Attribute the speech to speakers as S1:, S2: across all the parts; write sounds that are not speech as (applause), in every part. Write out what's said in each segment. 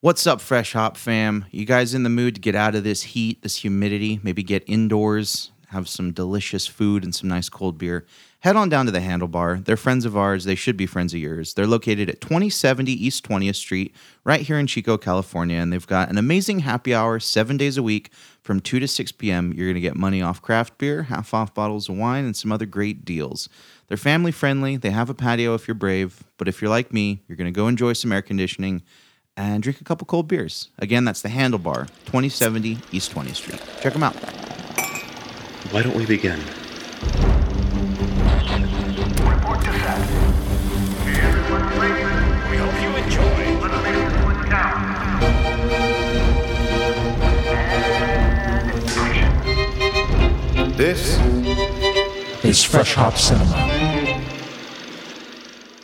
S1: What's up, Fresh Hop fam? You guys in the mood to get out of this heat, this humidity, maybe get indoors, have some delicious food and some nice cold beer? Head on down to the Handlebar. They're friends of ours. They should be friends of yours. They're located at 2070 East 20th Street, right here in Chico, California. And they've got an amazing happy hour seven days a week from 2 to 6 p.m. You're going to get money off craft beer, half off bottles of wine, and some other great deals. They're family friendly. They have a patio if you're brave. But if you're like me, you're going to go enjoy some air conditioning and drink a couple cold beers. Again, that's the Handlebar, 2070 East 20th Street. Check them out.
S2: Why don't we begin?
S3: Report to set. Everyone please. We hope you enjoy. Let's make it one count. And action.
S4: This
S5: is Fresh Hop Cinema.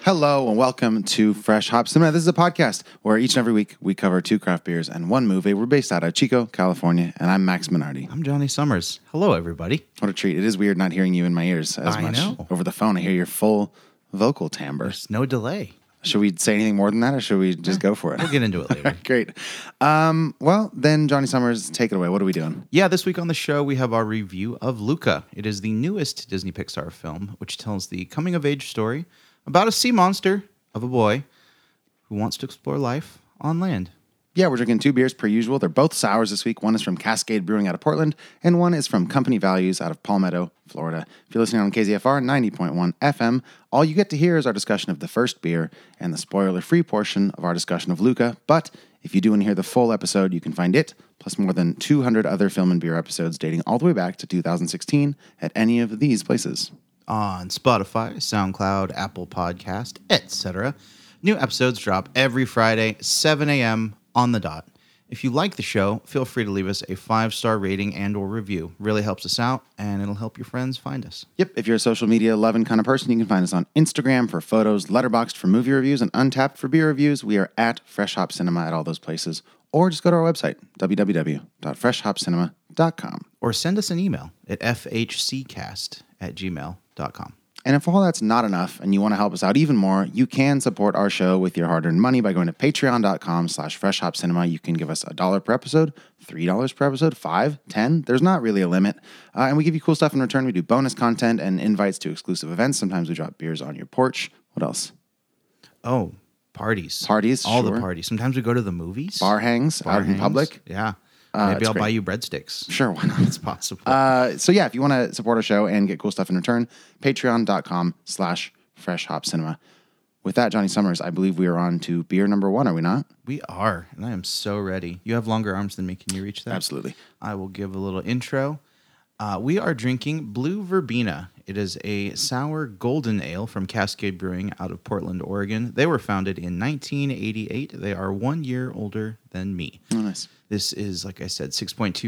S4: Hello and welcome to Fresh Hop Cinema. This is a podcast where each and every week we cover two craft beers and one movie. We're based out of Chico, California, and I'm Max Minardi.
S1: I'm Johnny Summers. Hello, everybody.
S4: What a treat. It is weird not hearing you in my ears as
S1: I
S4: much
S1: know.
S4: over the phone. I hear your full vocal timbre.
S1: There's no delay.
S4: Should we say anything more than that or should we just go for it?
S1: We'll get into it later.
S4: (laughs) Great. Um, well, then, Johnny Summers, take it away. What are we doing?
S1: Yeah, this week on the show, we have our review of Luca. It is the newest Disney Pixar film, which tells the coming of age story about a sea monster of a boy who wants to explore life on land.
S4: Yeah, we're drinking two beers per usual. They're both sours this week. One is from Cascade Brewing out of Portland, and one is from Company Values out of Palmetto, Florida. If you're listening on KZFR 90.1 FM, all you get to hear is our discussion of the first beer and the spoiler free portion of our discussion of Luca. But if you do want to hear the full episode, you can find it, plus more than 200 other film and beer episodes dating all the way back to 2016 at any of these places.
S1: on Spotify, SoundCloud, Apple Podcast, etc. New episodes drop every Friday, 7 a.m. on the dot. If you like the show, feel free to leave us a five-star rating and or review. Really helps us out, and it'll help your friends find us.
S4: Yep. If you're a social media loving kind of person, you can find us on Instagram for photos, Letterboxd for movie reviews, and Untapped for beer reviews. We are at Fresh Hop Cinema at all those places, or just go to our website www.freshhopcinema.com.
S1: Or send us an email at fhccast at gmail.com.
S4: And if all that's not enough, and you want to help us out even more, you can support our show with your hard-earned money by going to Patreon.com/slash Fresh Hop Cinema. You can give us a dollar per episode, three dollars per episode, five, ten. There's not really a limit, uh, and we give you cool stuff in return. We do bonus content and invites to exclusive events. Sometimes we drop beers on your porch. What else?
S1: Oh, parties.
S4: Parties,
S1: All the
S4: sure.
S1: parties. Sometimes we go to the movies.
S4: bar hangs
S1: Bar
S4: out in
S1: hangs.
S4: public.
S1: Yeah.
S4: it's
S1: Maybe I'll
S4: great.
S1: buy you breadsticks.
S4: Sure, why not?
S1: It's possible.
S4: Uh, so yeah, if you want to support our show and get cool stuff in return, patreon.com slash fresh hop cinema. With that, Johnny Summers, I believe we are on to beer number one, are we not?
S1: we are, and I am so ready. You have longer arms than me. Can you reach that?
S4: Absolutely.
S1: I will give a little intro. Uh, we are drinking Blue Verbena. It is a sour golden ale from Cascade Brewing out of Portland, Oregon. They were founded in 1988. They are one year older than me.
S4: Oh, nice.
S1: This is, like I said,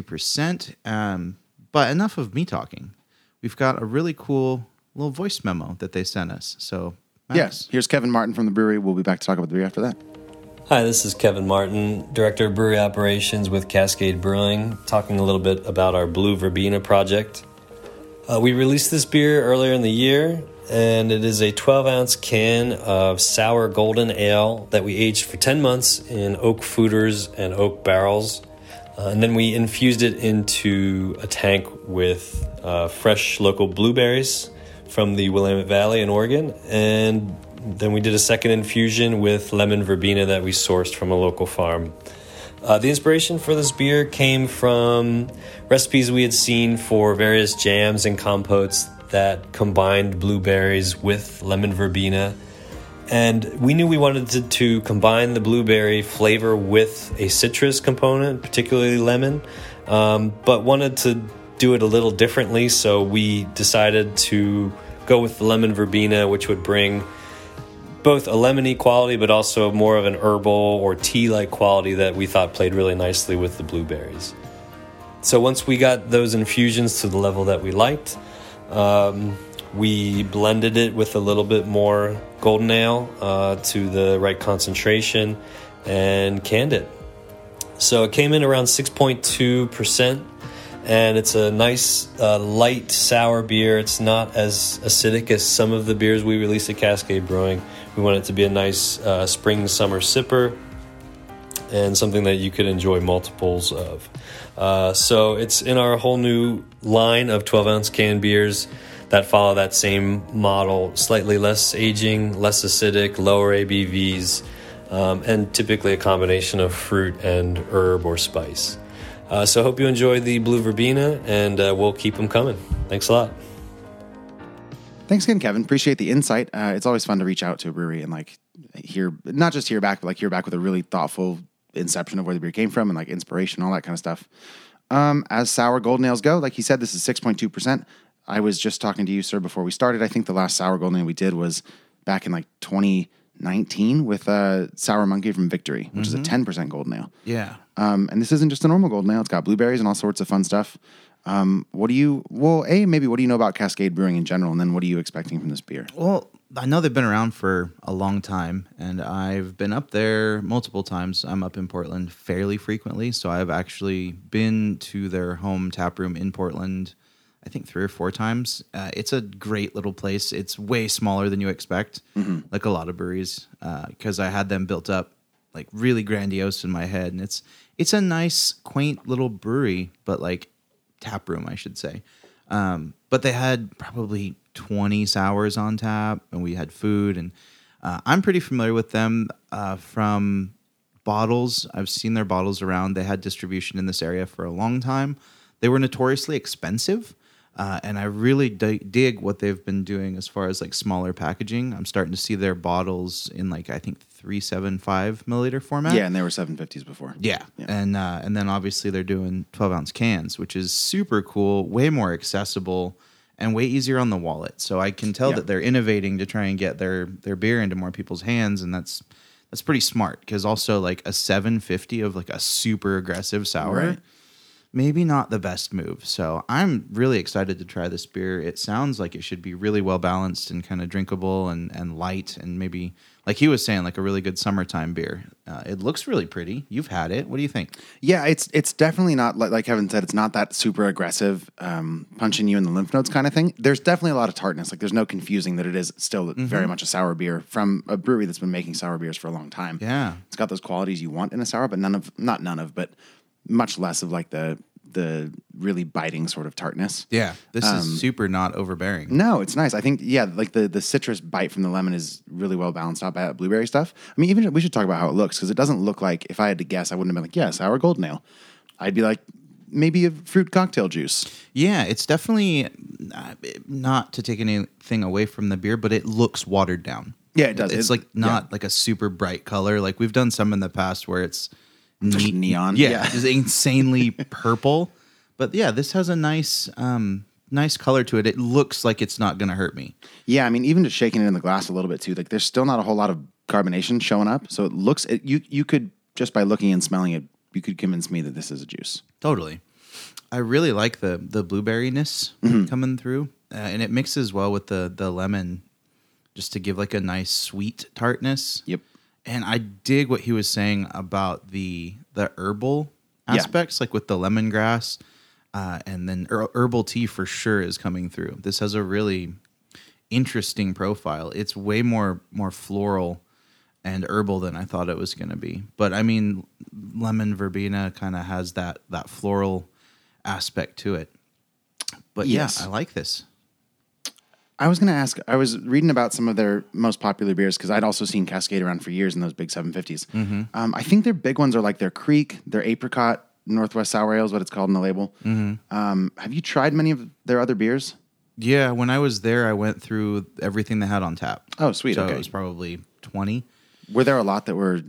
S1: 6.2%. Um, but enough of me talking. We've got a really cool little voice memo that they sent us. So, Max,
S4: Yes. Here's Kevin Martin from the brewery. We'll be back to talk about the beer after that.
S6: Hi, this is Kevin Martin, Director of Brewery Operations with Cascade Brewing, talking a little bit about our Blue Verbena project. Uh, we released this beer earlier in the year, and it is a 12 ounce can of sour golden ale that we aged for 10 months in oak fooders and oak barrels. Uh, and then we infused it into a tank with uh, fresh local blueberries from the Willamette Valley in Oregon. And then we did a second infusion with lemon verbena that we sourced from a local farm. Uh, the inspiration for this beer came from recipes we had seen for various jams and compotes that combined blueberries with lemon verbena. And we knew we wanted to, to combine the blueberry flavor with a citrus component, particularly lemon, um, but wanted to do it a little differently. So we decided to go with the lemon verbena, which would bring both a lemony quality, but also more of an herbal or tea like quality that we thought played really nicely with the blueberries. So once we got those infusions to the level that we liked, um, we blended it with a little bit more golden ale uh, to the right concentration and canned it. So it came in around 6.2%, and it's a nice, uh, light, sour beer. It's not as acidic as some of the beers we released at Cascade Brewing. We want it to be a nice uh, spring summer sipper and something that you could enjoy multiples of. Uh, so it's in our whole new line of 12 ounce canned beers that follow that same model slightly less aging, less acidic, lower ABVs, um, and typically a combination of fruit and herb or spice. Uh, so hope you enjoyed the Blue Verbena, and uh, we'll keep them coming. Thanks a lot.
S4: Thanks again, Kevin. Appreciate the insight. Uh, it's always fun to reach out to a brewery and like hear not just hear back, but like hear back with a really thoughtful inception of where the beer came from and like inspiration, all that kind of stuff. Um, as sour golden ales go, like he said, this is six point two percent. I was just talking to you, sir, before we started. I think the last sour golden ale we did was back in like twenty nineteen with uh, sour monkey from Victory, which is a ten percent golden ale.
S1: Yeah.
S4: Um, and this isn't just a normal golden ale; it's got blueberries and all sorts of fun stuff. Um, what do you? Well, a maybe what do you know about Cascade Brewing in general, and then what are you expecting from this beer?
S1: Well, I know they've been around for a long time, and I've been up there multiple times. I'm up in Portland fairly frequently, so I've actually been to their home tap room in Portland. I think three or four times. Uh, it's a great little place. It's way smaller than you expect, like a lot of breweries, because I had them built up like really grandiose in my head, and it's it's a nice, quaint little brewery, but like tap room, I should say. Um, but they had probably 20 sours on tap, and we had food. And uh, I'm pretty familiar with them uh, from bottles. I've seen their bottles around. They had distribution in this area for a long time. They were notoriously expensive. Uh, and I really di- dig what they've been doing as far as like smaller packaging. I'm starting to see their bottles in like I think 375 milliliter format.
S4: Yeah, and they were seven fifties before.
S1: Yeah, and uh, and then obviously they're doing twelve ounce cans, which is super cool, way more accessible, and way easier on the wallet. So I can tell
S4: Yeah.
S1: that they're innovating to try and get their their beer into more people's hands, and that's that's pretty smart because also like a seven fifty of like a super aggressive sour.
S4: Right.
S1: Maybe not the best move. So I'm really excited to try this beer. It sounds like it should be really well balanced and kind of drinkable and, and light and maybe, like he was saying, like a really good summertime beer. Uh, it looks really pretty. You've had it. What do you think?
S4: Yeah, it's it's definitely not like, like Kevin said. It's not that super aggressive, um, punching you in the lymph nodes kind of thing. There's definitely a lot of tartness. Like there's no confusing that it is still
S1: Mm-hmm.
S4: very much a sour beer from a brewery that's been making sour beers for a long time.
S1: Yeah.
S4: it's got those qualities you want in a sour, but none of not none of, but much less of like the the really biting sort of tartness.
S1: Yeah. This
S4: Um,
S1: is super not overbearing.
S4: No, it's nice. I think yeah, like the the citrus bite from the lemon is really well balanced out by that blueberry stuff. I mean, even we should talk about how it looks because it doesn't look like. If I had to guess, I wouldn't have been like, yeah, sour gold nail. I'd be like, maybe a fruit cocktail juice.
S1: Yeah, it's definitely uh, not to take anything away from the beer, but it looks watered down.
S4: Yeah, it does.
S1: It's
S4: It-
S1: like not like a super bright color. Like we've done some in the past where it's
S4: Just neon.
S1: yeah,
S4: Yeah.
S1: just insanely purple. But yeah, this has a nice um nice color to it. It looks like it's not going to hurt me.
S4: Yeah, I mean, even just shaking it in the glass a little bit too. Like, there's still not a whole lot of carbonation showing up, so it looks. It, you you could just by looking and smelling it, you could convince me that this is a juice.
S1: Totally. I really like the the blueberryness coming through, uh, and it mixes well with the the lemon, just to give like a nice sweet tartness.
S4: Yep.
S1: And I dig what he was saying about the the herbal
S4: Yeah.
S1: aspects, like with the lemongrass, uh, and then her- herbal tea for sure is coming through. This has a really interesting profile. It's way more more floral and herbal than I thought it was going to be. But I mean, lemon verbena kind of has that that floral aspect to it. But
S4: Yes.
S1: yeah, I like this.
S4: I was going to ask. I was reading about some of their most popular beers because I'd also seen Cascade around for years in those big 750s.
S1: Mm-hmm.
S4: Um, I think their big ones are like their Creek, their Apricot, Northwest Sour Ale is what it's called in the label.
S1: Mm-hmm.
S4: Um, have you tried many of their other beers?
S1: Yeah, when I was there, I went through everything they had on tap.
S4: Oh, sweet,
S1: So
S4: okay.
S1: it was probably twenty,
S4: Were there a lot that were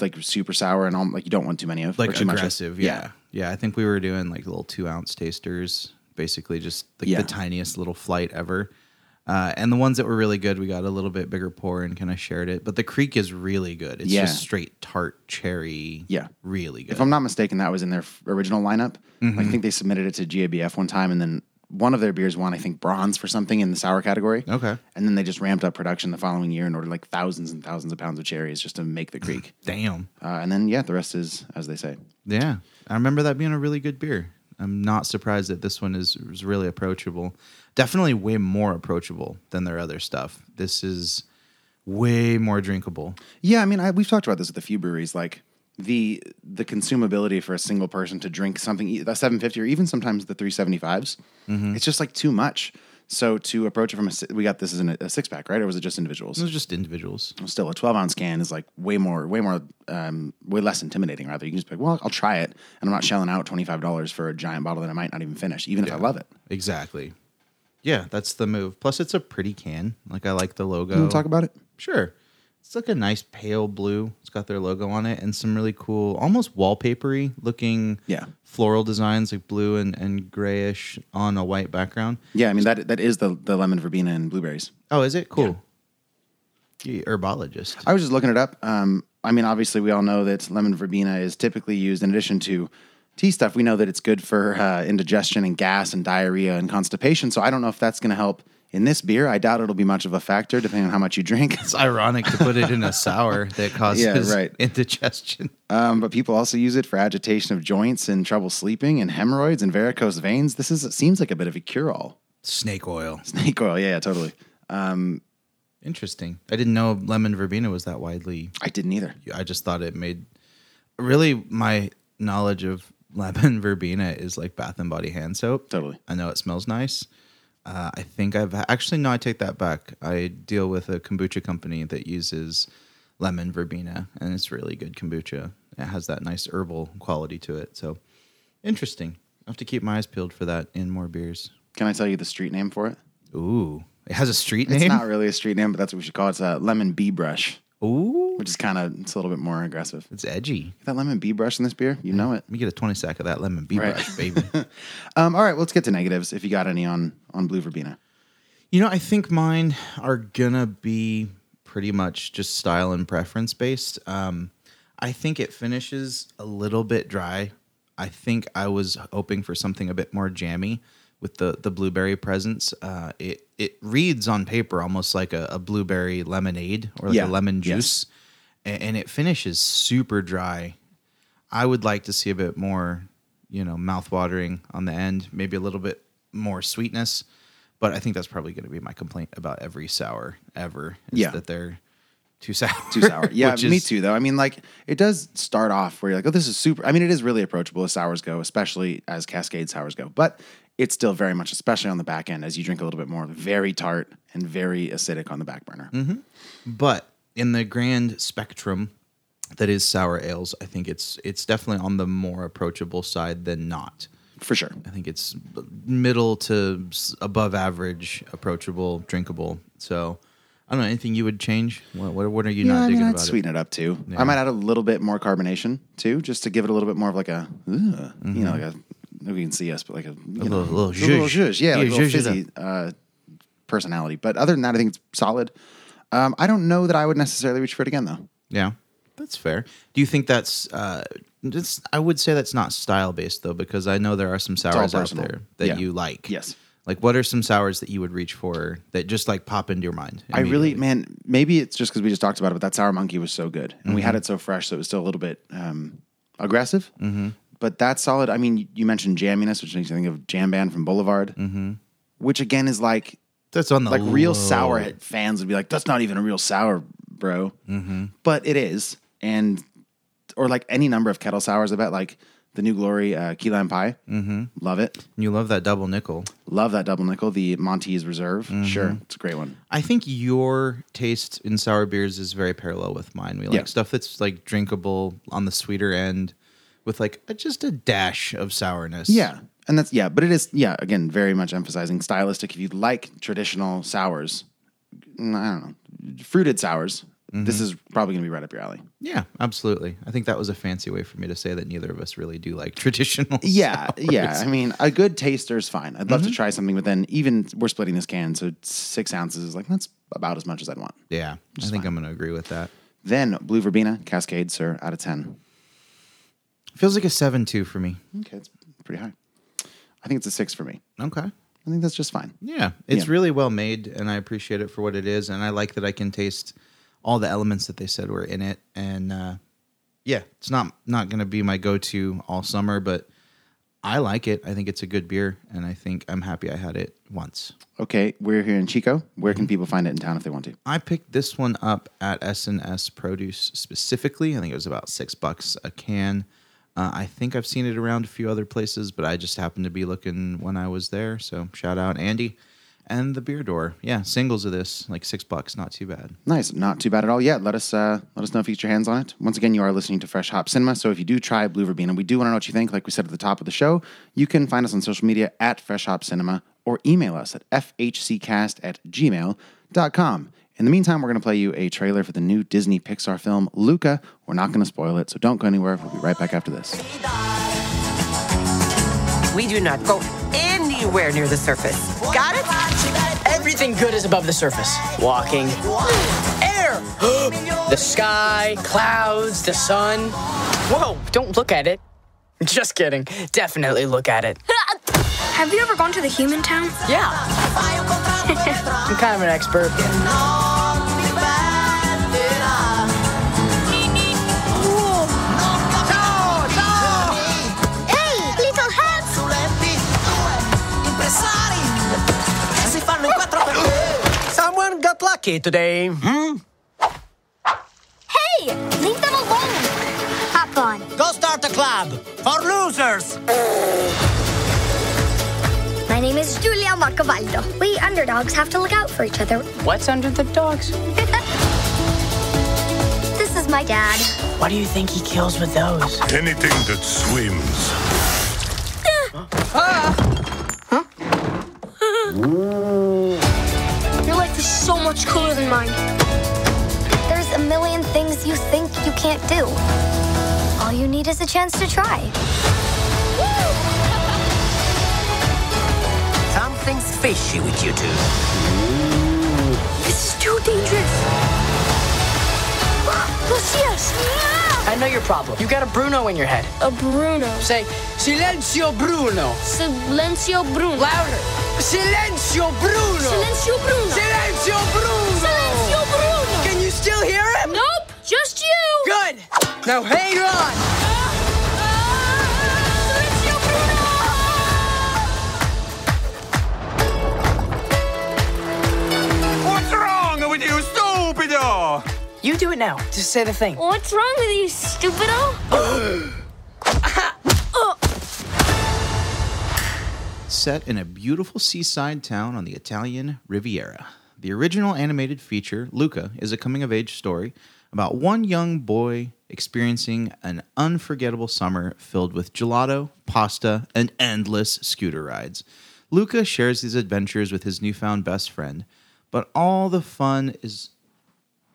S4: like super sour and all, like you don't want too many of? or
S1: like
S4: too much of?
S1: aggressive. yeah. yeah, I think we were doing like little two ounce tasters, basically just like
S4: Yeah.
S1: the tiniest little flight ever. Uh, and the ones that were really good, we got a little bit bigger pour and kind of shared it. But the creek is really good. It's
S4: Yeah.
S1: just straight tart cherry.
S4: Yeah.
S1: really good.
S4: If I'm not mistaken, that was in their f- original lineup. I
S1: Mm-hmm.
S4: think they submitted it to GABF one time, and then one of their beers won, I think, bronze for something in the sour category.
S1: Okay.
S4: And then they just ramped up production the following year and ordered like thousands and thousands of pounds of cherries just to make the (sighs) creek.
S1: Damn.
S4: uh, and then, yeah, the rest is, as they say.
S1: Yeah, I remember that being a really good beer. I'm not surprised that this one is, is really approachable. Definitely way more approachable than their other stuff. This is way more drinkable.
S4: Yeah, I mean, I, we've talked about this with a few breweries. Like, the the consumability for a single person to drink something e- the 750 or even sometimes the 375s it's just like too much so to approach it from a si- we got this as an, a six pack right or was it just individuals
S1: Those are just individuals.
S4: still a 12 ounce can is like way more way more um, way less intimidating rather you can just be like well i'll try it and i'm not shelling out $25 for a giant bottle that i might not even finish even if i love it
S1: Exactly. Yeah, that's the move. Plus, it's a pretty can. Like I like the logo.
S4: you want to talk about it
S1: Sure. It's like a nice pale blue. It's got their logo on it and some really cool, almost wallpapery looking
S4: Yeah.
S1: floral designs, like blue and, and grayish on a white background.
S4: yeah i mean that that is the the lemon verbena and blueberries
S1: Oh, is it? Cool. You herbologist.
S4: I was just looking it up. Um, I mean, obviously, we all know that lemon verbena is typically used in addition to tea stuff. We know that it's good for uh, indigestion and gas and diarrhea and constipation. So I don't know if that's going to help in this beer. I doubt it'll be much of a factor depending on how much you drink. (laughs)
S1: It's ironic to put it in a sour that causes
S4: right.
S1: indigestion.
S4: Um, but people also use it for agitation of joints and trouble sleeping and hemorrhoids and varicose veins. This is seems like a bit of a cure all.
S1: Snake oil.
S4: (laughs) Snake oil, yeah, yeah, totally.
S1: Interesting. I didn't know lemon verbena was that widely.
S4: I didn't either.
S1: I just thought it made really my knowledge of (laughs) lemon verbena is like bath and body hand soap.
S4: Totally.
S1: I know it smells nice. Uh, I think I've actually no. I take that back. I deal with a kombucha company that uses lemon verbena, and it's really good kombucha. It has that nice herbal quality to it. So interesting. I have to keep my eyes peeled for that in more beers.
S4: Can I tell you the street name for it?
S1: Ooh, it has a street name.
S4: It's not really a street name, but that's what we should call it. It's a lemon bee brush,
S1: Ooh,
S4: which is kind of it's a little bit more aggressive.
S1: it's edgy.
S4: that lemon bee brush in this beer? You know it.
S1: Let me get a twenty sack of that lemon bee
S4: Right.
S1: brush, baby.
S4: Um, all right, well, let's get to negatives. If you got any on on Blue Verbena,
S1: You know, I think mine are gonna be pretty much just style and preference based. Um, I think it finishes a little bit dry. I think I was hoping for something a bit more jammy with the the blueberry presence. Uh, it it reads on paper almost like a, a blueberry lemonade or like
S4: Yeah.
S1: a lemon
S4: Yes.
S1: juice, A- and, it finishes super dry. I would like to see a bit more, you know, mouthwatering on the end, maybe a little bit more sweetness. But I think that's probably going to be my complaint about every sour ever. Is
S4: Yeah.
S1: that they're too sour. (laughs)
S4: too sour. Yeah,
S1: which
S4: me
S1: is-
S4: too. Though I mean, like it does start off where you're like, oh, this is super. I mean, it is really approachable as sours go, especially as Cascade sours go. But it's still very much, especially on the back end, as you drink a little bit more, very tart and very acidic on the back burner.
S1: Mm-hmm. But in the grand spectrum that is sour ales, I think it's it's definitely on the more approachable side than not.
S4: For sure.
S1: I think it's middle to s- above average, approachable, drinkable. So I don't know anything you would change. What what, what are you not
S4: Yeah, I mean,
S1: digging
S4: I'd
S1: about it?
S4: sweeten it. up too. I might add a little bit more carbonation too, just to give it a little bit more of like a, "Ugh," you know, like a, nobody can see us, but like a, you know,
S1: Mm-hmm. little- little zhuzh.
S4: zhuzh, yeah, like
S1: Yeah,
S4: a little
S1: zhuzh it
S4: fizzy uh, personality. But other than that, I think it's solid. Um, I don't know that I would necessarily reach for it again though.
S1: Yeah, that's fair. Do you think that's? Uh, just, I would say that's not style based though, because I know there are some
S4: all
S1: sours out
S4: personal.
S1: there that
S4: Yeah.
S1: you like.
S4: Yes.
S1: Like, what are some sours that you would reach for that just like pop into your mind?
S4: I really,
S1: immediately?
S4: man, maybe it's just because we just talked about it, but that sour monkey was so good, and
S1: Mm-hmm.
S4: we had it so fresh, so it was still a little bit um, aggressive.
S1: Mm-hmm.
S4: But that's solid. I mean, you mentioned jamminess, which makes me think of Jam Band from Boulevard,
S1: Mm-hmm.
S4: which again is like
S1: that's on the
S4: like real
S1: low.
S4: sour fans would be like, that's not even a real sour, bro. But it is, and or like any number of kettle sours. I bet like the New Glory uh, key lime pie, mm-hmm. love it,
S1: You love that double nickel.
S4: love that double nickel, the Montees Reserve. Sure, it's a great one.
S1: I think your taste in sour beers is very parallel with mine. We like
S4: Yeah.
S1: stuff that's like drinkable on the sweeter end with like a, just a dash of sourness.
S4: Yeah. And that's yeah, but it is yeah, again, very much emphasizing stylistic. If you like traditional sours, mm, I don't know, fruited sours, this is probably gonna be right up your alley.
S1: Yeah, absolutely. I think that was a fancy way for me to say that neither of us really do like (laughs) traditional.
S4: Yeah, yeah.
S1: sours.
S4: I mean, a good taster is fine. I'd love to try something, but then even we're splitting this can, so six ounces is like that's about as much as I'd want.
S1: Yeah, I think I'm going to agree with that.
S4: Then blue verbena, cascade, sir, out of ten.
S1: Feels like a 7 2 for me.
S4: Okay, it's pretty high. I think it's a six for me.
S1: Okay.
S4: I think that's just fine.
S1: Yeah, it's
S4: Yeah.
S1: really well made, and I appreciate it for what it is. And I like that I can taste all the elements that they said were in it. And uh, yeah, it's not not going to be my go to all summer, but I like it. I think it's a good beer, and I think I'm happy I had it once.
S4: Okay, we're here in Chico. Where can people find it in town if they want to?
S1: I picked this one up at S&S Produce specifically. I think it was about six bucks a can. Uh, I think I've seen it around a few other places, but I just happened to be looking when I was there. So shout out Andy and the Beer Door. Yeah, singles of this like six bucks, not too bad.
S4: Nice, not too bad at all. Yeah, let us uh, let us know if you get your hands on it. Once again, you are listening to Fresh Hop Cinema, so if you do try Blue Verbena, we do want to know what you think. Like we said at the top of the show, you can find us on social media at Fresh Hop Cinema or email us at fhccast at gmail.com. In the meantime, we're going to play you a trailer for the new Disney Pixar film, Luca. We're not going to spoil it, so don't go anywhere. We'll be right back after this.
S7: We do not go anywhere near the surface. Got it?
S8: Everything good is above the surface. Walking, air, (gasps) the sky, clouds, the sun. Whoa, don't look at it. (laughs) Just kidding. Definitely look at it. (laughs)
S9: Have you ever gone to the human town?
S8: Yeah. I'm kind of an expert.
S9: Hey, little hands!
S8: Someone got lucky today. Hmm?
S9: Hey, leave them alone! Hop on.
S8: Go start a club for losers.
S9: My name is Julia Marcovaldo. We underdogs have to look out for each other.
S8: What's under the dogs?
S9: (laughs) This is my dad.
S8: What do you think he kills with those?
S10: Anything that swims.
S9: Your life is so much cooler than mine. There's a million things you think you can't do. All you need is a chance to try.
S7: Something's fishy with you two.
S9: This is too dangerous. Ah, They'll see us.
S8: I know your problem. You got a Bruno in your head.
S9: A Bruno.
S8: Say, Silencio Bruno.
S9: Silencio Bruno.
S8: Louder. Silencio Bruno.
S9: Silencio Bruno.
S8: Silencio Bruno.
S9: Silencio Bruno.
S8: Can you still hear him?
S9: Nope, just you.
S8: Good. Now hang on.
S9: Ah,
S2: What's wrong with you, stupido?
S8: You do it now. Just say the thing.
S9: What's wrong with you, stupido?
S1: set in a beautiful seaside town on the Italian Riviera. The original animated feature, Luca, is a coming of age story about one young boy experiencing an unforgettable summer filled with gelato, pasta, and endless scooter rides. Luca shares these adventures with his newfound best friend, but all the fun is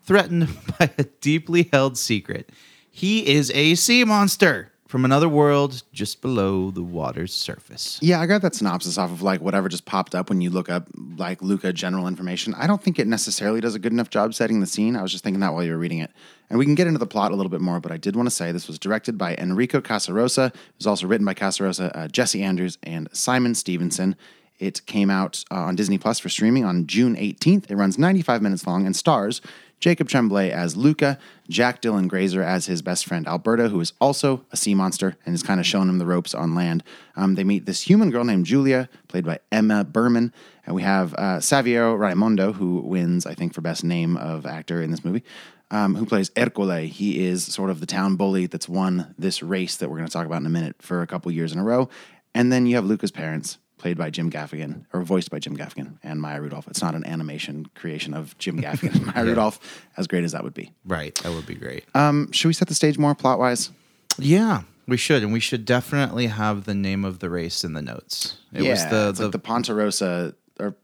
S1: threatened (laughs) by a deeply held secret. He is a sea monster from another world just below the water's surface.
S4: Yeah, I got that synopsis off of like whatever just popped up when you look up like Luca general information. I don't think it necessarily does a good enough job setting the scene. I was just thinking that while you were reading it. And we can get into the plot a little bit more, but I did want to say this was directed by Enrico Casarosa. It was also written by Casarosa, uh, Jesse Andrews, and Simon Stevenson. It came out uh, on Disney Plus for streaming on June 18th. It runs 95 minutes long and stars Jacob Tremblay as Luca, Jack Dylan Grazer as his best friend Alberta, who is also a sea monster and is kind of showing him the ropes on land. Um, they meet this human girl named Julia, played by Emma Berman, and we have uh, Savio Raimondo, who wins, I think, for best name of actor in this movie. Um, who plays Ercole? He is sort of the town bully that's won this race that we're going to talk about in a minute for a couple years in a row. And then you have Luca's parents, played by Jim Gaffigan or voiced by Jim Gaffigan and Maya Rudolph. It's not an animation creation of
S1: (laughs)
S4: Jim Gaffigan and Maya Rudolph, as great as that would be.
S1: Right, that would be great.
S4: Um, should we set the stage more plot wise?
S1: yeah, we should, and we should definitely have the name of the race in the notes. It was the,
S4: it's
S1: the,
S4: like the Pontarosa, or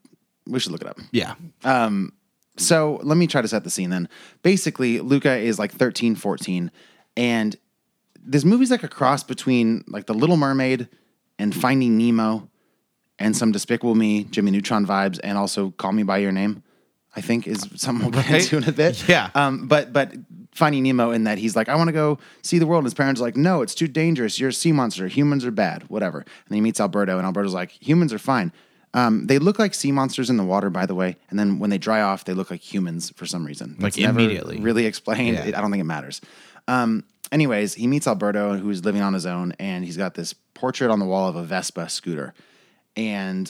S4: we should look it up.
S1: yeah,
S4: So let me try to set the scene then. Basically, Luca is like 13, 14, and this movie's like a cross between like The Little Mermaid and Finding Nemo and some Despicable Me, Jimmy Neutron vibes, and also Call Me by Your Name. I think is something we'll get into in a bit.
S1: Yeah.
S4: Um, but but Finding Nemo in that he's like, I want to go see the world. And his parents are like, No, it's too dangerous. You're a sea monster. Humans are bad. Whatever. And then he meets Alberto, and Alberto's like, Humans are fine. Um, they look like sea monsters in the water, by the way. And then when they dry off, they look like humans for some reason.
S1: Like
S4: That's never
S1: immediately.
S4: Really explained.
S1: Yeah.
S4: It- I don't think it matters. Um, Anyways, he meets Alberto, who's living on his own, and he's got this portrait on the wall of a Vespa scooter. And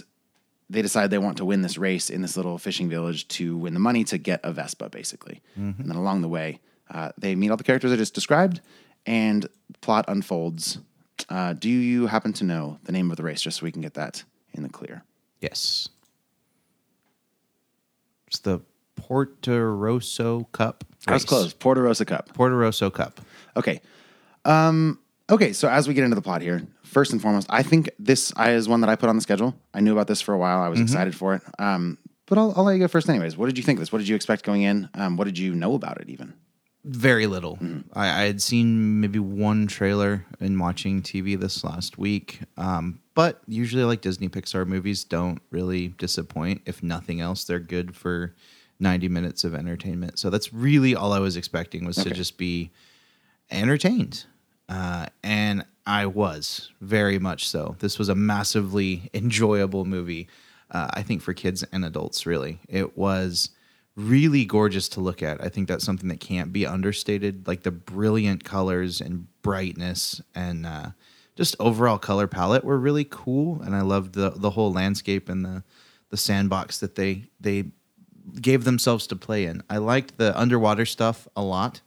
S4: they decide they want to win this race in this little fishing village to win the money to get a Vespa, basically.
S1: Mm-hmm.
S4: And then along the way, uh, they meet all the characters I just described, and plot unfolds. Uh, do you happen to know the name of the race, just so we can get that in the clear?
S1: Yes. It's the Portoroso Cup.
S4: I was
S1: race.
S4: close. Porto Rosa Cup.
S1: Portoroso Cup.
S4: Okay. Um, okay, so as we get into the plot here, first and foremost, I think this I- is one that I put on the schedule. I knew about this for a while. I
S1: Mm-hmm.
S4: was excited for it. Um, but I'll, I'll let you go first, anyways. What did you think of this? What did you expect going in? Um, what did you know about it, even?
S1: Very little. I, I had seen maybe one trailer in watching TV this last week. Um, but usually, like Disney Pixar movies, don't really disappoint. If nothing else, they're good for 90 minutes of entertainment. So that's really all I was expecting was to just be entertained. Uh, and I was very much so. This was a massively (laughs) enjoyable movie, uh, I think, for kids and adults, really. It was really gorgeous to look at. I think that's something that can't be understated. Like the brilliant colors and brightness and uh, just overall color palette were really cool. And I loved the, the whole landscape and the, the sandbox that they, they gave themselves to play in. I liked the underwater stuff a lot.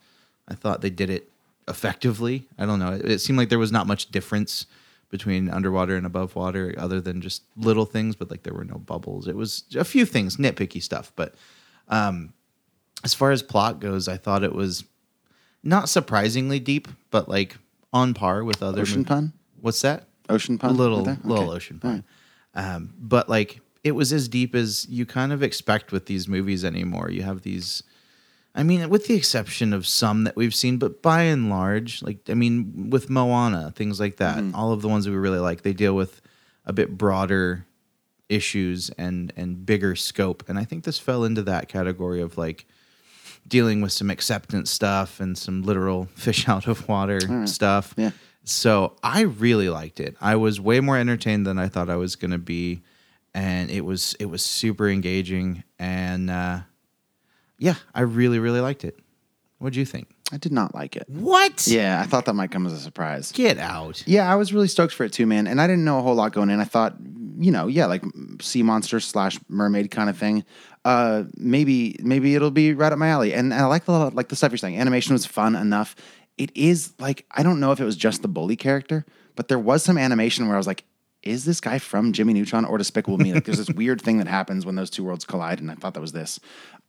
S1: I thought they did it effectively. I don't know. It, it seemed like there was not much difference between underwater and above water other than just little things, but like there were no bubbles. It was a few things, nitpicky stuff, but um, as far as plot goes, I thought it was not surprisingly deep, but like on par with other
S4: Ocean
S1: mov-
S4: pun?
S1: What's that?
S4: Ocean pun
S1: A little,
S4: right there?
S1: little
S4: Okay.
S1: ocean pun. Um, but like it was as deep as you kind of expect with these movies anymore. You have these. I mean, with the exception of some that we've seen, but by and large, like I mean, with Moana, things like that,
S4: Mm-hmm.
S1: all of the ones that we really like, they deal with a bit broader issues and and bigger scope. And I think this fell into that category of like dealing with some acceptance stuff and some literal (laughs) fish out of water stuff.
S4: Yeah.
S1: So I really liked it. I was way more entertained than I thought I was going to be, and it was it was super engaging. And uh, yeah, I really really liked it. What'd you think?
S4: I did not like
S1: Mm-hmm.
S4: it.
S1: What?
S4: Yeah, I thought that might come as a surprise.
S1: Get out.
S4: Yeah, I was really stoked for it too, man. And I didn't know a whole lot going in. I thought, you know, yeah, like sea monster slash mermaid kind of thing. Uh, maybe maybe it'll be right up my alley. And I like the like the stuff you're saying. Animation was fun enough. It is like I don't know if it was just the bully character, but there was some animation where I was like, is this guy from Jimmy Neutron or Despicable Me? Like, there's this weird thing that happens when those two worlds collide, and I thought that was this.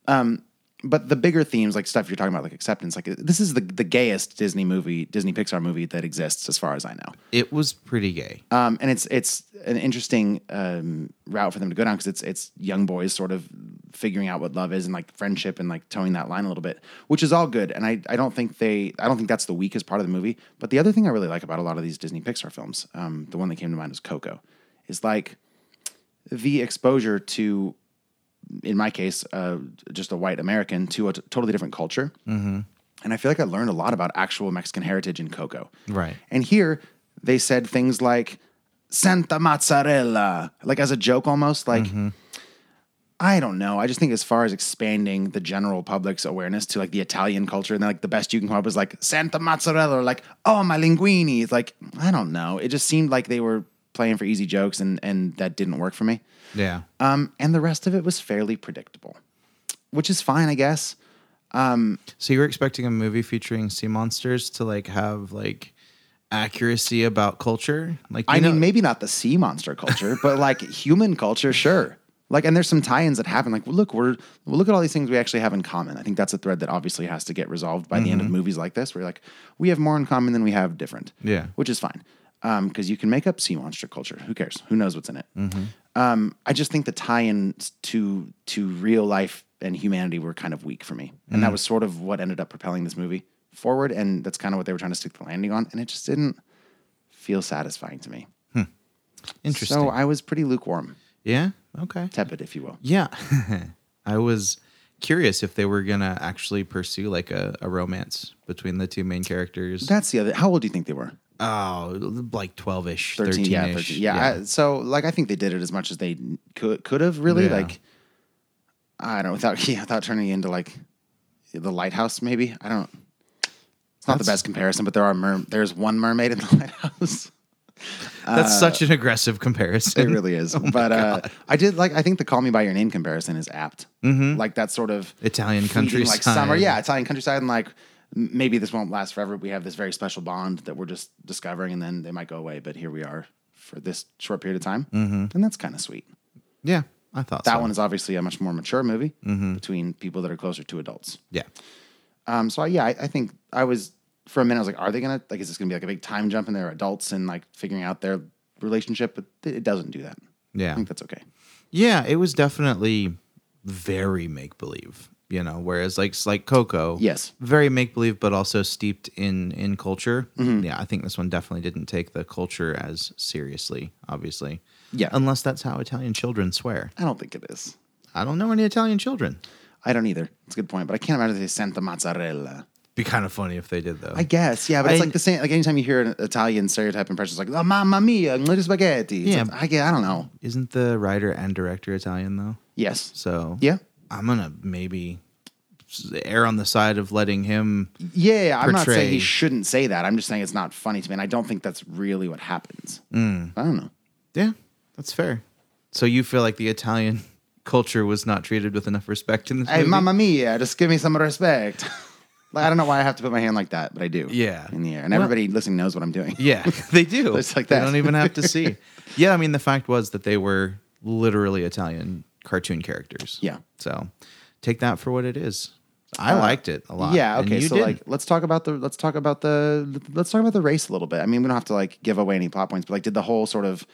S4: Um, but the bigger themes, like stuff you're talking about, like acceptance, like this is the the gayest Disney movie, Disney Pixar movie that exists, as far as I know.
S1: It was pretty gay.
S4: Um, and it's it's an interesting um, route for them to go down because it's it's young boys sort of figuring out what love is and like friendship and like towing that line a little bit, which is all good. And I I don't think they I don't think that's the weakest part of the movie. But the other thing I really like about a lot of these Disney Pixar films, um, the one that came to mind was Coco, is like the exposure to in my case, uh, just a white American to a t- totally different culture. And I feel like I learned a lot about actual Mexican heritage in Coco.
S1: Right.
S4: And here they said things like Santa Mozzarella, like as a joke almost. Like, I don't know. I just think as far as expanding the general public's awareness to like the Italian culture, and then like the best you can come up is like Santa Mozzarella, or like, oh, my linguini. It's like, I don't know. It just seemed like they were playing for easy jokes, and, and that didn't work for me.
S1: Yeah.
S4: Um, and the rest of it was fairly predictable, which is fine, I guess.
S1: So you were expecting a movie featuring sea monsters to like have like accuracy about culture? Like
S4: I
S1: you know-
S4: mean, maybe not the sea monster culture,
S1: (laughs)
S4: but like human culture, sure. Like, and there's some tie-ins that happen. Like, well, look, we're well, look at all these things we actually have in common. I think that's a thread that obviously has to get resolved by the end of
S1: Mm-hmm.
S4: movies like this, where you're like we have more in common than we have different.
S1: Yeah.
S4: which is fine, because you can make up sea monster culture. Who cares? Who knows what's in it?
S1: Mm-hmm.
S4: Um, I just think the tie-ins to to real life and humanity were kind of weak for me, and
S1: Mm.
S4: that was sort of what ended up propelling this movie forward. And that's kind of what they were trying to stick the landing on, and it just didn't feel satisfying to me.
S1: interesting.
S4: So I was pretty lukewarm,
S1: yeah. Okay.
S4: tepid, if you will.
S1: Yeah. (laughs) I was curious if they were going to actually pursue like a, a romance between the two main characters.
S4: That's the other. How old do you think they were?
S1: oh, like 12 ish, 13
S4: Thirteen.
S1: ish.
S4: Yeah, thirteen. Yeah. I, so like, I think they did it as much as they could could have. Really,
S1: Yeah.
S4: like, (laughs) I don't know, without yeah, without turning into like the lighthouse. Maybe I don't. It's not the best comparison, but there are mer- there's one mermaid in the (laughs) lighthouse.
S1: That's
S4: Uh,
S1: such an aggressive comparison.
S4: (laughs) It
S1: (laughs)
S4: really
S1: Oh
S4: is. but uh, I did like. I think the "Call Me by Your Name" comparison is apt.
S1: Mhm.
S4: Like that sort of
S1: Italian
S4: fleeting,
S1: countryside.
S4: like summer. Yeah, Italian countryside, and like m- maybe this won't last forever. We have this very special bond that we're just discovering, and then they might go away. But here we are for this short period of time,
S1: Mhm.
S4: and that's kind of sweet.
S1: Yeah, I thought
S4: that
S1: so.
S4: one is obviously a much more mature movie
S1: Mhm.
S4: between people that are closer to adults.
S1: Yeah.
S4: Um, so I, yeah, I, I think I was for a minute. I was like, are they gonna like? Is this gonna be like a big time jump and they're adults and like figuring out their relationship? But th- it doesn't do that. I
S1: Yeah.
S4: think that's okay.
S1: Yeah, it was definitely very make believe, you know, whereas like it's like Coco.
S4: Yes.
S1: Very make believe but also steeped in in culture.
S4: Mm-hmm.
S1: Yeah, I think this one definitely didn't take the culture as seriously, obviously.
S4: Yeah.
S1: Unless that's how Italian children swear.
S4: I don't think it is.
S1: I don't know any Italian children.
S4: I don't either. It's a good point, but I can't imagine they sent the mozzarella.
S1: Be kind of funny if they did though.
S4: I guess, yeah, but it's
S1: I-
S4: like the same. Like anytime you hear an Italian stereotype impression, it's like "La mamma mia, little spaghetti." It's
S1: Yeah.
S4: like, I, get- I don't know.
S1: Isn't the writer and director Italian though?
S4: Yes,
S1: So
S4: yeah,
S1: I'm gonna maybe err on the side of letting him.
S4: yeah. yeah, I'm not saying
S1: Portray.
S4: he shouldn't say that. I'm just saying it's not funny to me, and I don't think that's really what happens. I don't know.
S1: Yeah, that's fair. So you feel like the Italian (laughs) culture was not treated with enough respect in this
S4: Hey,
S1: movie?
S4: mamma mia, just give me some respect. (laughs) like, I don't know why I have to put my hand like that, but I do.
S1: Yeah.
S4: In the air. And
S1: Well-
S4: everybody listening knows what I'm (laughs) doing.
S1: Yeah, they do.
S4: It's like
S1: They
S4: that.
S1: don't even have to
S4: (laughs)
S1: see. yeah, I mean the fact was that they were literally Italian cartoon characters.
S4: Yeah.
S1: So take that for what it is. I
S4: Uh,
S1: liked it a lot.
S4: Yeah,
S1: and
S4: okay.
S1: you
S4: So
S1: didn't.
S4: like let's talk about the let's talk about the let's talk about the race a little bit. I mean, we don't have to like give away any plot points, but like did the whole sort of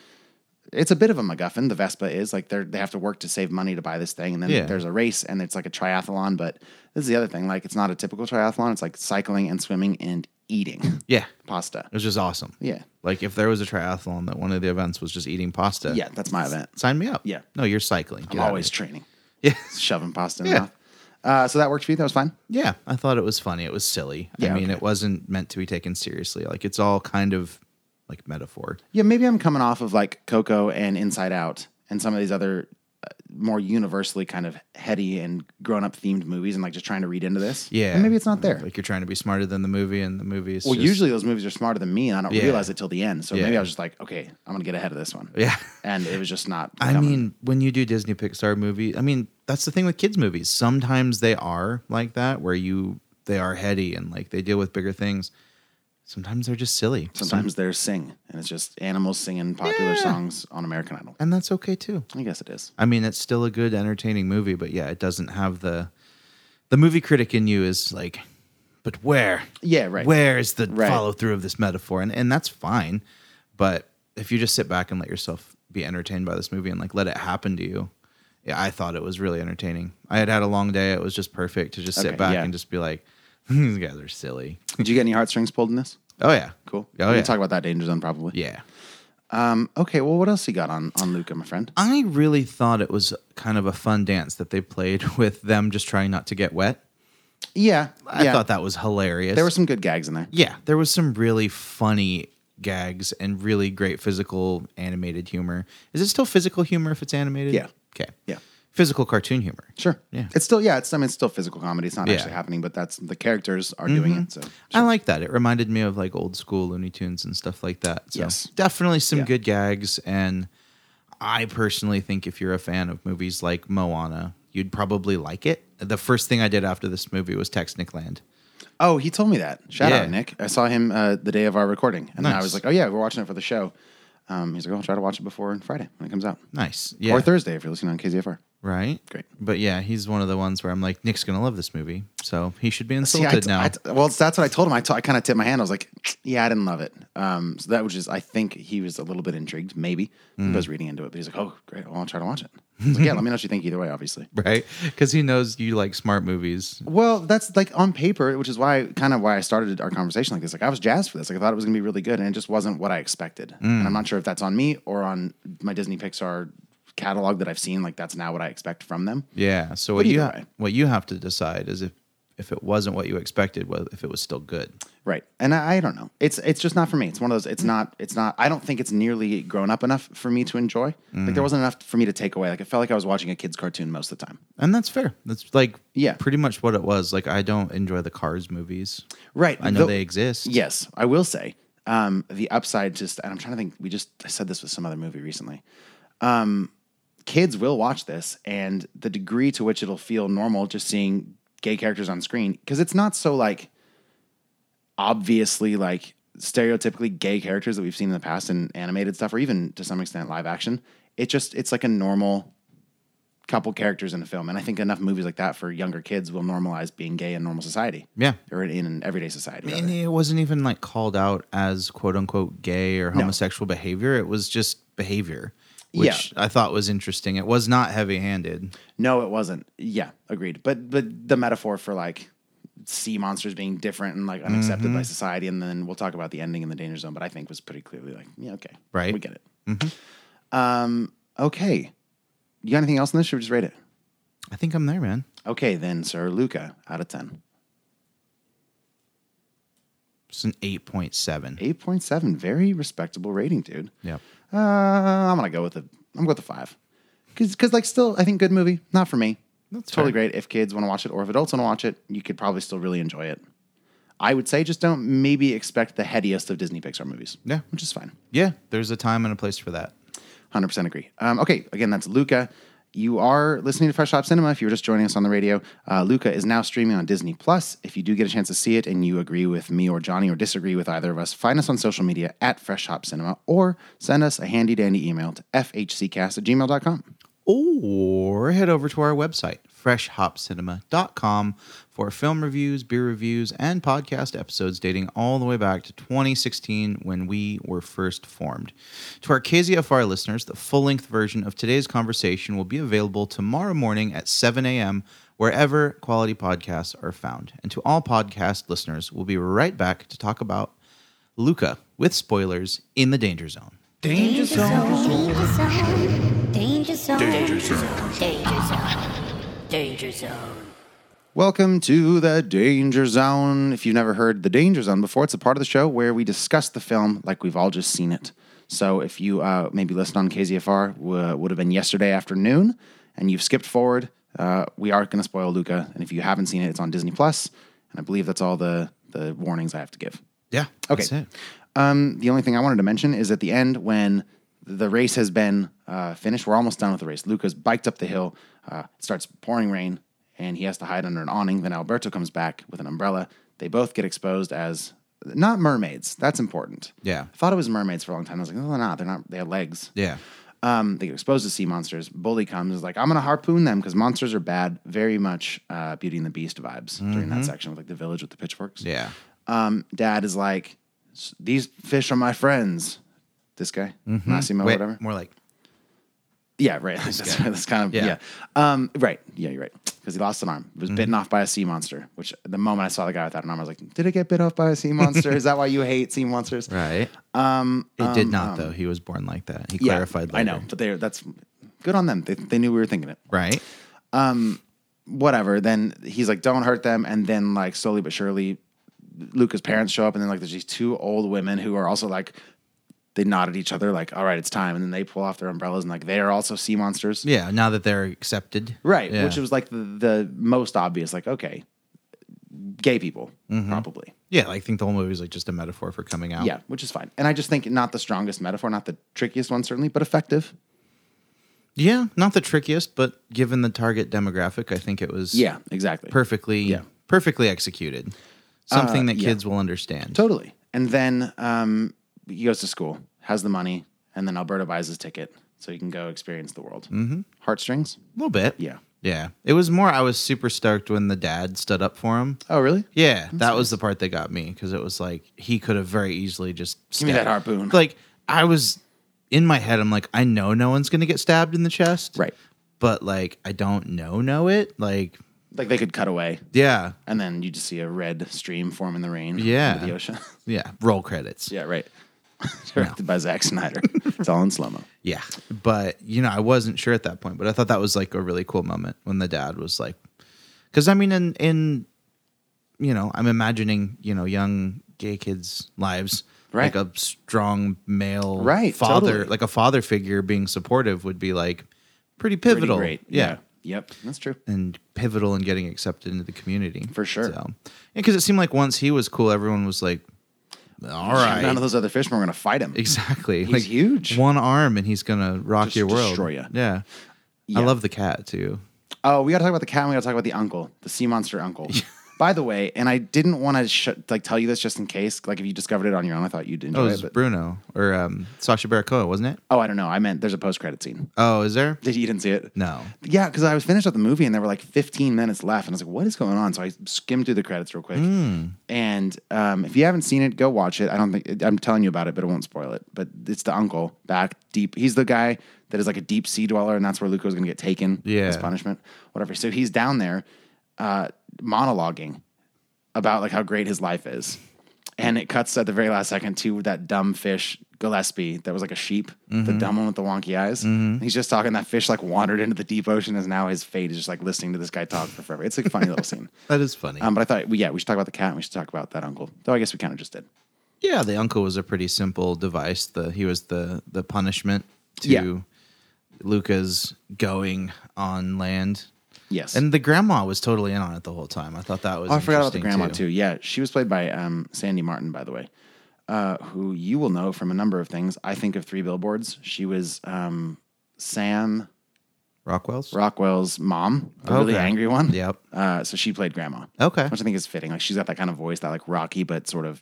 S4: it's a bit of a MacGuffin, the Vespa is. Like they're they have to work to save money to buy this thing, and then
S1: Yeah.
S4: there's a race and it's like a triathlon, but this is the other thing. Like it's not a typical triathlon, it's like cycling and swimming and eating
S1: (laughs) yeah,
S4: pasta.
S1: it was just awesome.
S4: Yeah.
S1: Like if there was a triathlon that one of the events was just eating pasta.
S4: Yeah, that's my event.
S1: Sign me up.
S4: Yeah.
S1: No, you're cycling.
S4: I'm
S1: Get out of
S4: always
S1: here.
S4: training.
S1: Yeah.
S4: Shoving pasta in
S1: Yeah.
S4: the mouth. Uh, so that worked for you. That was fine.
S1: Yeah, I thought it was funny. It was silly.
S4: Yeah,
S1: I mean,
S4: okay.
S1: it wasn't meant to be taken seriously. Like it's all kind of like metaphor.
S4: Yeah, maybe I'm coming off of like Coco and Inside Out and some of these other uh, more universally kind of heady and grown up themed movies and like just trying to read into this.
S1: Yeah.
S4: And maybe it's not there.
S1: Like you're trying to be smarter than the movie, and the movie is
S4: well,
S1: just-
S4: usually those movies are smarter than me and I don't
S1: Yeah.
S4: realize it till the end. So maybe
S1: Yeah.
S4: I was just like, okay, I'm going to get ahead of this one.
S1: (laughs) Yeah.
S4: And it was just not.
S1: I
S4: coming.
S1: mean, when you do Disney Pixar movie, I mean, that's the thing with kids movies. Sometimes they are like that, where you they are heady and like they deal with bigger things. Sometimes they're just silly.
S4: sometimes they're sing and it's just animals singing popular
S1: Yeah.
S4: songs on American Idol.
S1: and that's okay too.
S4: I guess
S1: (laughs)
S4: it is.
S1: I mean, it's still a good, entertaining movie, but yeah, it doesn't have the the movie critic in you is like, but where?
S4: Yeah, right.
S1: Where is the
S4: Right.
S1: follow through of this metaphor? And and that's fine, but if you just sit back and let yourself be entertained by this movie and like let it happen to you, yeah, I thought it was really entertaining. I had had a long day; it was just perfect to just sit
S4: Okay,
S1: back
S4: yeah.
S1: and just be like, (laughs) these guys are silly.
S4: Did you get any heartstrings pulled in this?
S1: Oh yeah,
S4: Cool.
S1: Oh,
S4: we
S1: yeah.
S4: can talk about that Danger Zone probably.
S1: yeah.
S4: Okay, well, what else you got on on Luca, my friend?
S1: I really thought it was kind of a fun dance that they played (laughs) with them just trying not to get wet.
S4: Yeah,
S1: I
S4: yeah.
S1: thought that was hilarious.
S4: there were some good gags in there.
S1: Yeah, there was some really funny gags and really great physical animated humor. Is it still physical humor if it's animated?
S4: Yeah.
S1: Okay.
S4: Yeah.
S1: Physical cartoon humor.
S4: Sure.
S1: Yeah.
S4: It's still yeah. It's I mean it's still physical comedy. It's not
S1: Yeah. Mm-hmm.
S4: actually happening, but that's the characters are doing it. So
S1: I like that. It reminded me of like old school Looney Tunes and stuff like that. So
S4: Yes.
S1: definitely some
S4: Yeah.
S1: good gags. And I personally think if you're a fan of movies like Moana, you'd probably like it. The first thing I did after this movie was text Nick Land.
S4: oh, he told me that. Shout
S1: Yeah.
S4: out Nick. I saw him uh, the day of our recording, and I
S1: Nice.
S4: was like, oh yeah, we're watching it for the show. Um, he's like, oh, I'll try to watch it before Friday when it comes out,
S1: Nice. Yeah.
S4: or Thursday if you're listening on KZFR.
S1: Right?
S4: Great.
S1: But yeah, he's one of the ones where I'm like, Nick's going to love this movie. So he should be
S4: See, I
S1: insulted
S4: t-
S1: now.
S4: I t- well, that's what I told him. I t- I kind of tipped my hand. I was like, (sniffs) yeah, I didn't love it. Um, so that was just, I think he was a little bit intrigued, maybe.
S1: Mm.
S4: I was reading into it, but he's like, oh, great. Well, I'll try to watch it.
S1: (laughs)
S4: I was like, yeah, let me know what you think either way, obviously.
S1: (laughs) right? Because he knows you like smart movies.
S4: Well, that's like on paper, which is why kind of why I started our conversation like this. Like I was jazzed for this. Like I thought it was gonna be really good, and it just wasn't what I expected. And I'm not sure if that's on me or on my Disney Pixar catalog that I've seen. Like that's now what I expect from them.
S1: Yeah. So what
S4: But
S1: you
S4: either way.
S1: what you have to decide is if if it wasn't what you expected, well, if it was still good.
S4: Right. And I, I don't know. It's it's just not for me. It's one of those it's not it's not I don't think it's nearly grown up enough for me to enjoy. Like there wasn't enough for me to take away. Like it felt like I was watching a kid's cartoon most of the time.
S1: And that's fair. That's like
S4: Yeah.
S1: pretty much what it was. Like I don't enjoy the Cars movies.
S4: Right.
S1: I know
S4: Though-
S1: they exist.
S4: Yes, I will say um, the upside. Just and I'm trying to think. We just I said this with some other movie recently. Um, kids will watch this, and the degree to which it'll feel normal just seeing gay characters on screen because it's not so like obviously like stereotypically gay characters that we've seen in the past in animated stuff or even to some extent live action. It just it's like a normal couple characters in a film, and I think enough movies like that for younger kids will normalize being gay in normal society.
S1: Yeah.
S4: or in, in everyday society. rather.
S1: And it wasn't even like called out as quote unquote gay or homosexual behavior. It was just behavior, which I thought was interesting. It was not heavy handed.
S4: No, it wasn't. Yeah, agreed. But but the metaphor for like sea monsters being different and like unaccepted by society, and then we'll talk about the ending in the danger zone. But I think was pretty clearly like, yeah, okay,
S1: Right.
S4: we get it. Um, okay, you got anything else in this? Should we just rate it?
S1: I think I'm there, man.
S4: Okay, then, Sir Luca, out of ten.
S1: It's an 8.7.
S4: 8.7, very respectable rating, dude.
S1: Yep.
S4: Uh, I'm gonna go with a I'm gonna go with a five. Cause, Cause like still I think good movie, not for me. That's totally great. If kids want to watch it or if adults want to watch it, you could probably still really enjoy it. I would say just don't maybe expect the headiest of Disney Pixar movies.
S1: Yeah.
S4: Which is fine.
S1: Yeah, there's a time and a place for that.
S4: Hundred percent agree. Um, okay, again, that's Luca. You are listening to Fresh Hop Cinema. If you were just joining us on the radio, uh, Luca is now streaming on Disney Plus. If you do get a chance to see it and you agree with me or Johnny or disagree with either of us, find us on social media at Fresh Hop Cinema or send us a handy dandy email to fhccast at gmail.com.
S1: or head over to our website freshhopcinema.com for film reviews beer reviews and podcast episodes dating all the way back to 2016 when we were first formed to our kzfr listeners the full-length version of today's conversation will be available tomorrow morning at 7 a.m wherever quality podcasts are found and to all podcast listeners we'll be right back to talk about luca with spoilers in the danger zone
S9: Danger zone. Danger zone. Danger zone. Danger zone. Danger zone.
S4: Welcome to the Danger Zone. If you've never heard the Danger Zone before, it's a part of the show where we discuss the film like we've all just seen it. So if you uh, maybe listened on KZFR, w- would have been yesterday afternoon, and you've skipped forward, uh, we are going to spoil Luca. And if you haven't seen it, it's on Disney Plus, and I believe that's all the the warnings I have to give.
S1: yeah
S4: Okay.
S1: that's it.
S4: Um, the only thing I wanted to mention is at the end when the race has been uh, finished, we're almost done with the race. Luca's biked up the hill. Uh, it starts pouring rain, and he has to hide under an awning. Then Alberto comes back with an umbrella. They both get exposed as not mermaids. That's important.
S1: Yeah.
S4: I thought it was mermaids for a long time. I was like, no, they're not. They're not. They have legs.
S1: yeah
S4: Um, they get exposed to sea monsters. Bully comes is like, I'm gonna harpoon them because monsters are bad. Very much uh, Beauty and the Beast vibes during that section with like the village with the pitchforks
S1: yeah
S4: um, dad is like, "S- these fish are my friends. This guy, Massimo,
S1: Mm-hmm. Wait,
S4: whatever.
S1: more like
S4: Yeah, right. (laughs) That's, that's kind of yeah.
S1: Yeah. Mm-hmm.
S4: Um, right. Yeah, you're right. Because he lost an arm. He was bitten off by a sea monster. Which the moment I saw the guy without an arm, I was like, did it get bit off by a sea monster? is that why you hate sea monsters?
S1: (laughs) Right. Um, it did not though. He was born like that. He
S4: um, Yeah,
S1: clarified later.
S4: I know, but they that's good on them. They, they knew we were thinking it.
S1: Right.
S4: whatever. Then he's like, don't hurt them. And then like slowly but surely, Luca's parents show up, and then like there's these two old women who are also like, they nod at each other like, all right, it's time. And then they pull off their umbrellas, and like they are also sea monsters,
S1: Yeah. Now that they're accepted.
S4: right?
S1: Yeah.
S4: Which was like the, the most obvious. Like, okay, gay people probably.
S1: yeah. I think the whole movie is like just a metaphor for coming out.
S4: Yeah, which is fine. And I just think not the strongest metaphor, not the trickiest one, certainly, but effective.
S1: Yeah. Not the trickiest, but given the target demographic, I think it was.
S4: Yeah, exactly.
S1: Perfectly.
S4: Yeah. Uh,
S1: Perfectly executed. Something that
S4: yeah.
S1: kids will understand.
S4: Totally. And then um, he goes to school, has the money, and then Alberto buys his ticket so he can go experience the world. Mm-hmm. Heartstrings?
S1: A little bit.
S4: Yeah.
S1: Yeah. It was more. I was super stoked when the dad stood up for him.
S4: Oh, really?
S1: Yeah, that was the part that got me because it was like he could have very easily just
S4: Give me
S1: stabbed-
S4: that harpoon.
S1: Like I was in my head, I'm like, I know no one's gonna get stabbed in the chest,
S4: Right.
S1: But like, I don't know know it. Like,
S4: Like they could cut away,
S1: yeah,
S4: and then you just see a red stream form in the rain.
S1: Yeah.
S4: Into the ocean. (laughs)
S1: yeah. Roll credits.
S4: yeah, right. (laughs) Directed by Zack Snyder. it's all in slow mo.
S1: Yeah. But, you know, I wasn't sure at that point, but I thought that was like a really cool moment when the dad was like, because I mean, in, in, you know, I'm imagining, you know, young gay kids' lives.
S4: Right.
S1: Like a strong male
S4: Right,
S1: father,
S4: totally.
S1: like a father figure being supportive would be like pretty pivotal.
S4: great.
S1: Yeah.
S4: Yep, that's true.
S1: And pivotal in getting accepted into the community.
S4: For sure.
S1: So, because it seemed like once he was cool, everyone was like, all right.
S4: None of those other fishermen were going to fight him.
S1: Exactly.
S4: He's huge.
S1: One arm and he's gonna rock
S4: Just
S1: your world.
S4: destroy ya.
S1: Yeah. I
S4: Yeah.
S1: love the cat too.
S4: Oh, we got to talk about the cat. and We got to talk about the uncle, the sea monster uncle. By the way, and I didn't want to sh- like tell you this just in case, like if you discovered it on your own, I thought you'd enjoy
S1: Oh, it
S4: it.
S1: was
S4: But,
S1: Bruno or um, Sasha Baron Cohen, wasn't it?
S4: oh, I don't know. I meant there's a post credit scene.
S1: Oh, is there?
S4: Did you didn't see it?
S1: No.
S4: Yeah, because I was finished with the movie and there were like 15 minutes left, and I was like, "What is going on?" So I skimmed through the credits real quick. And um, if you haven't seen it, go watch it. I don't think I'm telling you about it, but it won't spoil it. But it's the uncle back deep. He's the guy that is like a deep sea dweller, and that's where Luca was going to get taken
S1: Yeah.
S4: as punishment, whatever. So he's down there uh, monologuing about like how great his life is. And it cuts at the very last second to that dumb fish Gillespie that was like a sheep,
S1: Mm-hmm.
S4: the dumb one with the wonky eyes. He's just talking. That fish like wandered into the deep ocean, and now his fate is just like listening to this guy talk for forever. It's like a funny
S1: (laughs)
S4: little scene.
S1: That is funny.
S4: Um, but I thought, well, yeah, we should talk about the cat and we should talk about that uncle. Though I guess we kind of just did.
S1: yeah, the uncle was a pretty simple device. The he was the the punishment to
S4: Yeah.
S1: Luca's going on land.
S4: Yes.
S1: And the grandma was totally in on it the whole time. I thought that was
S4: Oh, I forgot about the
S1: interesting,
S4: grandma too. Yeah, she was played by um, Sandy Martin, by the way, uh, who you will know from a number of things. I think of Three Billboards. She was um, Sam
S1: Rockwell's?
S4: Rockwell's mom, the
S1: Okay.
S4: really angry one.
S1: Yep.
S4: Uh, so she played grandma.
S1: Okay.
S4: Which I think is fitting. Like she's got that kind of voice, that like rocky but sort of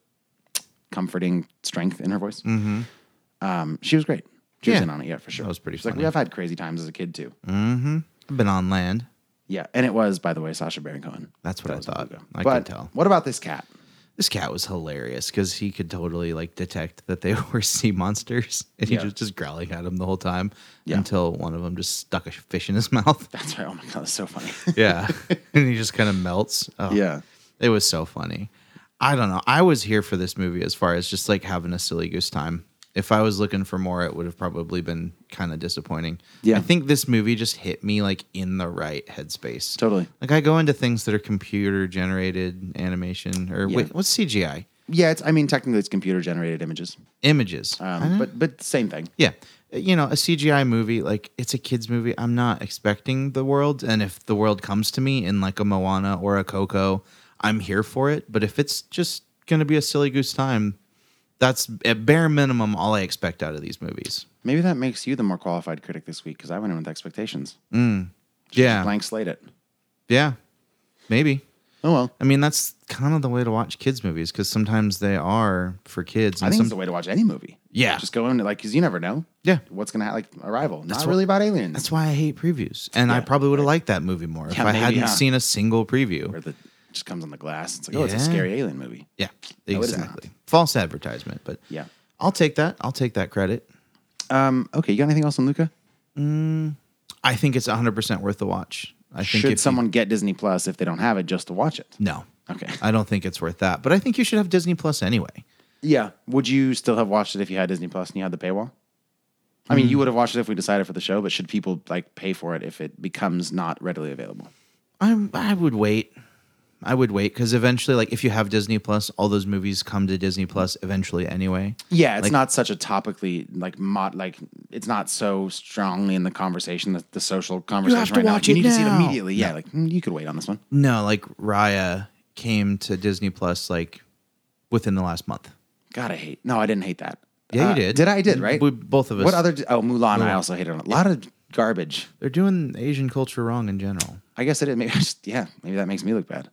S4: comforting strength in her voice. Mm-hmm. Um, she was great. She was
S1: Yeah.
S4: in on it, yeah, for sure.
S1: That was pretty
S4: She's like,
S1: funny. Mm.
S4: we have had crazy times as a kid too.
S1: I've been on land.
S4: Yeah, and it was, by the way, Sasha Baron Cohen.
S1: That's what I
S4: was
S1: thought.
S4: Lugo.
S1: I
S4: but
S1: could tell.
S4: What about this cat? (laughs)
S1: This cat was hilarious because he could totally like detect that they (laughs) were sea monsters, and he
S4: Yeah.
S1: was just growling at them the whole time
S4: Yeah.
S1: until one of them just stuck a fish in his (laughs) mouth.
S4: That's right. Oh my god, that's so funny.
S1: (laughs)
S4: (laughs)
S1: yeah, and he just kind of melts. Oh,
S4: Yeah.
S1: it was so funny. I don't know. I was here for this movie as far as just like having a silly goose time. If I was looking for more, it would have probably been kind of disappointing.
S4: Yeah.
S1: I think this movie just hit me like in the right headspace.
S4: Totally.
S1: Like I go into things that are computer generated animation or
S4: Yeah.
S1: wait, what's CGI?
S4: yeah, it's. I mean, technically, it's computer generated images,
S1: images. I
S4: um,
S1: don't-
S4: but but same thing.
S1: yeah, you know, a CGI movie like it's a kids movie. I'm not expecting the world, and if the world comes to me in like a Moana or a Coco, I'm here for it. But if it's just gonna be a silly goose time, that's at bare minimum all I expect out of these movies.
S4: Maybe that makes you the more qualified critic this week because I went in with expectations.
S1: Yeah,
S4: Blank slate it.
S1: yeah, maybe.
S4: Oh well.
S1: I mean, that's kind of the way to watch kids movies because sometimes they are for kids. And
S4: I think
S1: some,
S4: it's the way to watch any movie.
S1: Yeah.
S4: just go into like because you never know.
S1: Yeah.
S4: what's gonna happen? Like Arrival. Not
S1: That's what-
S4: really about aliens.
S1: that's why I hate previews, and I
S4: Yeah,
S1: probably would have liked that movie more if
S4: Yeah,
S1: I
S4: maybe,
S1: hadn't
S4: huh?
S1: seen a single preview.
S4: where the just comes on the glass. It's like oh, it's a
S1: Yeah.
S4: scary alien movie.
S1: Yeah,
S4: No, it is
S1: exactly. False advertisement, but
S4: Yeah.
S1: I'll take that. I'll take that credit.
S4: Um. Okay. You got anything else on Luca?
S1: I think it's 100% worth the watch. I think if you-
S4: Should someone get Disney Plus if they don't have it just to watch it?
S1: No.
S4: Okay.
S1: I don't think it's worth that, but I think you should have Disney Plus anyway.
S4: (laughs) Yeah. Would you still have watched it if you had Disney Plus and you had the paywall? I
S1: Mm.
S4: mean, you would have watched it if we decided for the show, but should people like pay for it if it becomes not readily available?
S1: I I would wait. I would wait cuz eventually like if you have Disney Plus, all those movies come to Disney Plus eventually anyway.
S4: Yeah, it's
S1: Like-
S4: not such a topically like mod like it's not so strongly in the conversation that the social conversation
S1: have to
S4: right
S1: watch
S4: now.
S1: it
S4: you need to see it
S1: now.
S4: immediately. Yeah, like mm, you could wait on this one.
S1: No, like Raya came to Disney Plus like within the last month.
S4: God, I hate. No, I didn't hate that.
S1: Yeah, you
S4: Uh,
S1: did.
S4: Did I? I Did right?
S1: We- both of us.
S4: What other? Oh, Mulan. I
S1: Mulan.
S4: also hated on a lot of garbage.
S1: They're doing Asian culture wrong in general.
S4: I guess I did. Maybe I (laughs) just, yeah. Maybe that makes me look bad.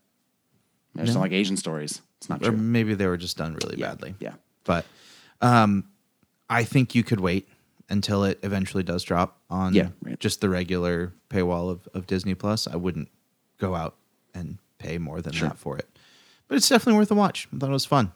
S4: Maybe I just don't like Asian stories. It's not
S1: Or
S4: true.
S1: maybe they were just done really badly.
S4: Yeah.
S1: but um, I think you could wait until it eventually does drop on
S4: Yeah, right.
S1: just the regular paywall of, of Disney Plus. I wouldn't go out and pay more than that for it, but it's definitely worth a watch. I thought it was fun.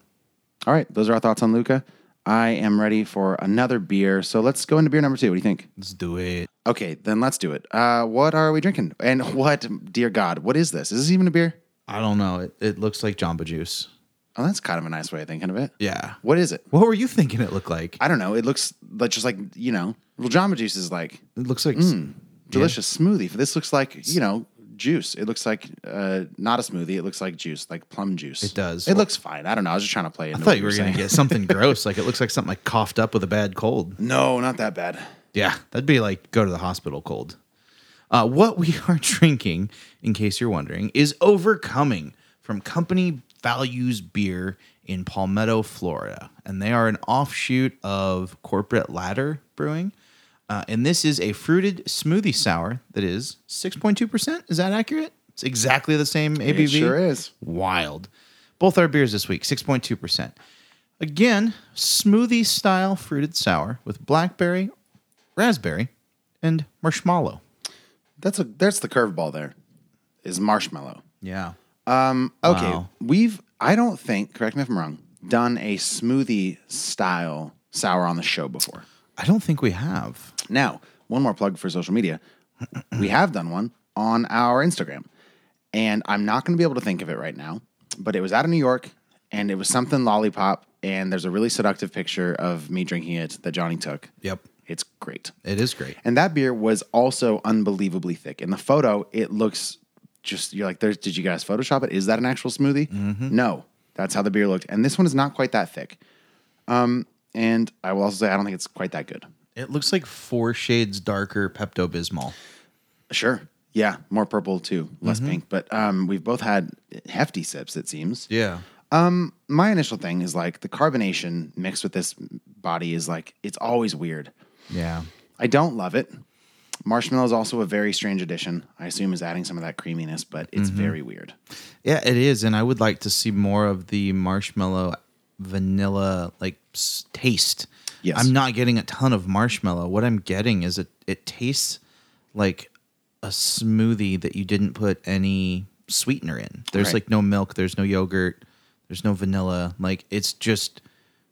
S4: All right, those are our thoughts on Luca. I am ready for another beer, so let's go into beer number two. What do you think?
S1: Let's do it.
S4: Okay, then let's do it. Uh, what are we drinking? And (laughs) what, dear God, what is this? Is this even a beer?
S1: I don't know. It, it looks like Jamba Juice.
S4: Oh, that's kind of a nice way of thinking of it.
S1: Yeah.
S4: What is it?
S1: What were you thinking it looked like?
S4: I don't know. It looks like just like you Mm, know, well, Jamba Juice is like
S1: It looks like
S4: delicious smoothie. This looks like you know juice. It looks like uh, not a smoothie. It looks like juice, like plum juice. It
S1: does.
S4: It looks fine. I don't know. I was just trying to play.
S1: I thought you were going to get something gross. Like it looks like something like coughed up with a bad cold.
S4: (laughs) No, not that bad.
S1: Yeah, that'd be like go to the hospital cold. Uh, what we (laughs) are drinking, in case you're wondering, is Overcoming from Company Values Beer in Palmetto, Florida. And they are an offshoot of Corporate Ladder Brewing. Uh, and this is a fruited smoothie sour that is 6.2%. Is that accurate? It's exactly the same ABV.
S4: sure is.
S1: Wild. Both our beers this week, 6.2%. Again, smoothie style fruited sour with blackberry, raspberry, and marshmallow.
S4: That's a that's the curveball. There is marshmallow.
S1: Yeah.
S4: Um, okay,
S1: Wow.
S4: we've I don't think correct me if I'm wrong. Done a smoothie style sour on the show before.
S1: I don't think we have.
S4: Now, one more plug for social media. we have done one on our Instagram, and I'm not going to be able to think of it right now, but it was out of New York, and it was something lollipop, and there's a really seductive picture of me drinking it that Johnny took.
S1: Yep.
S4: It's great.
S1: It is great.
S4: And that beer was also unbelievably thick. In the photo, it looks just you're like, there's did you guys Photoshop it? Is that an actual smoothie? No. That's how the beer looked. And this one is not quite that thick. Um, and I will also say I don't think it's quite that good.
S1: It looks like four shades darker Pepto Bismol.
S4: Sure. Yeah, more purple too, less pink. But um, we've both had hefty sips, it seems.
S1: Yeah.
S4: My initial thing is like the carbonation mixed with this body is like it's always weird.
S1: Yeah.
S4: I don't love it. Marshmallow is also a very strange addition. I assume is adding some of that creaminess, but it's
S1: Mm-hmm.
S4: very weird.
S1: Yeah, it is. And I would like to see more of the marshmallow vanilla like s- taste.
S4: Yes.
S1: I'm not getting a ton of marshmallow. What I'm getting is it it tastes like a smoothie that you didn't put any sweetener in. There's
S4: Right.
S1: like no milk, there's no yogurt, there's no vanilla. Like it's just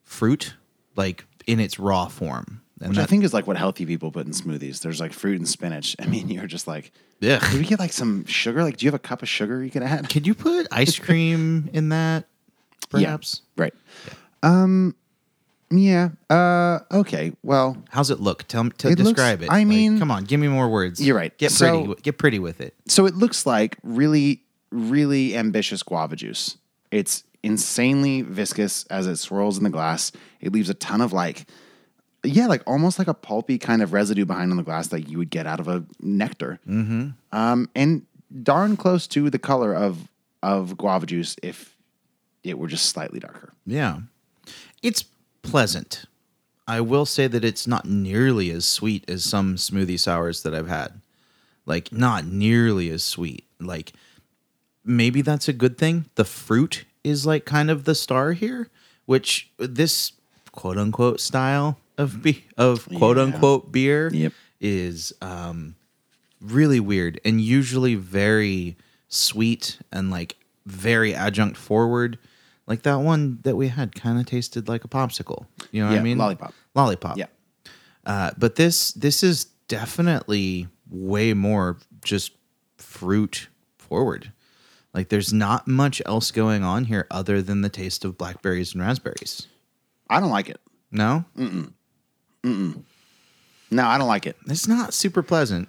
S1: fruit like in its raw form. And
S4: Which I
S1: that,
S4: think is like what healthy people put in smoothies. There's like fruit and spinach. (laughs) I mean, you're just like,
S1: Ugh.
S4: could we get like some sugar? Like, do you have a cup of sugar you can add?
S1: Could you put ice cream in that? Perhaps.
S4: (laughs) Yeah, right. Um, yeah. Uh, okay. Well,
S1: How's it look? Tell me. To
S4: It looks-
S1: describe it.
S4: I
S1: Like,
S4: mean-
S1: come on, give me more words.
S4: You're right.
S1: Get
S4: So-
S1: pretty. wi- Get pretty with it.
S4: so it looks like really, really ambitious guava juice. It's insanely viscous as it swirls in the glass. It leaves a ton of like, yeah, like almost like a pulpy kind of residue behind on the glass that you would get out of a nectar. Mm-hmm. Um, and darn close to the color of of guava juice if it were just slightly darker.
S1: Yeah, it's pleasant. I will say that it's not nearly as sweet as some smoothie sours that I've had. Like not nearly as sweet. Like maybe that's a good thing. The fruit is like kind of the star here, which this quote unquote style of be- of quote unquote beer
S4: Yep.
S1: is um really weird and usually very sweet and like very adjunct forward. Like that one that we had kind of tasted like a popsicle. You know what
S4: Yeah,
S1: I mean?
S4: lollipop.
S1: Lollipop.
S4: Yeah.
S1: Uh, but this this is definitely way more just fruit forward. Like there's not much else going on here other than the taste of blackberries and raspberries.
S4: I don't like it.
S1: No,
S4: Mm. No, I don't like it.
S1: it's not super pleasant.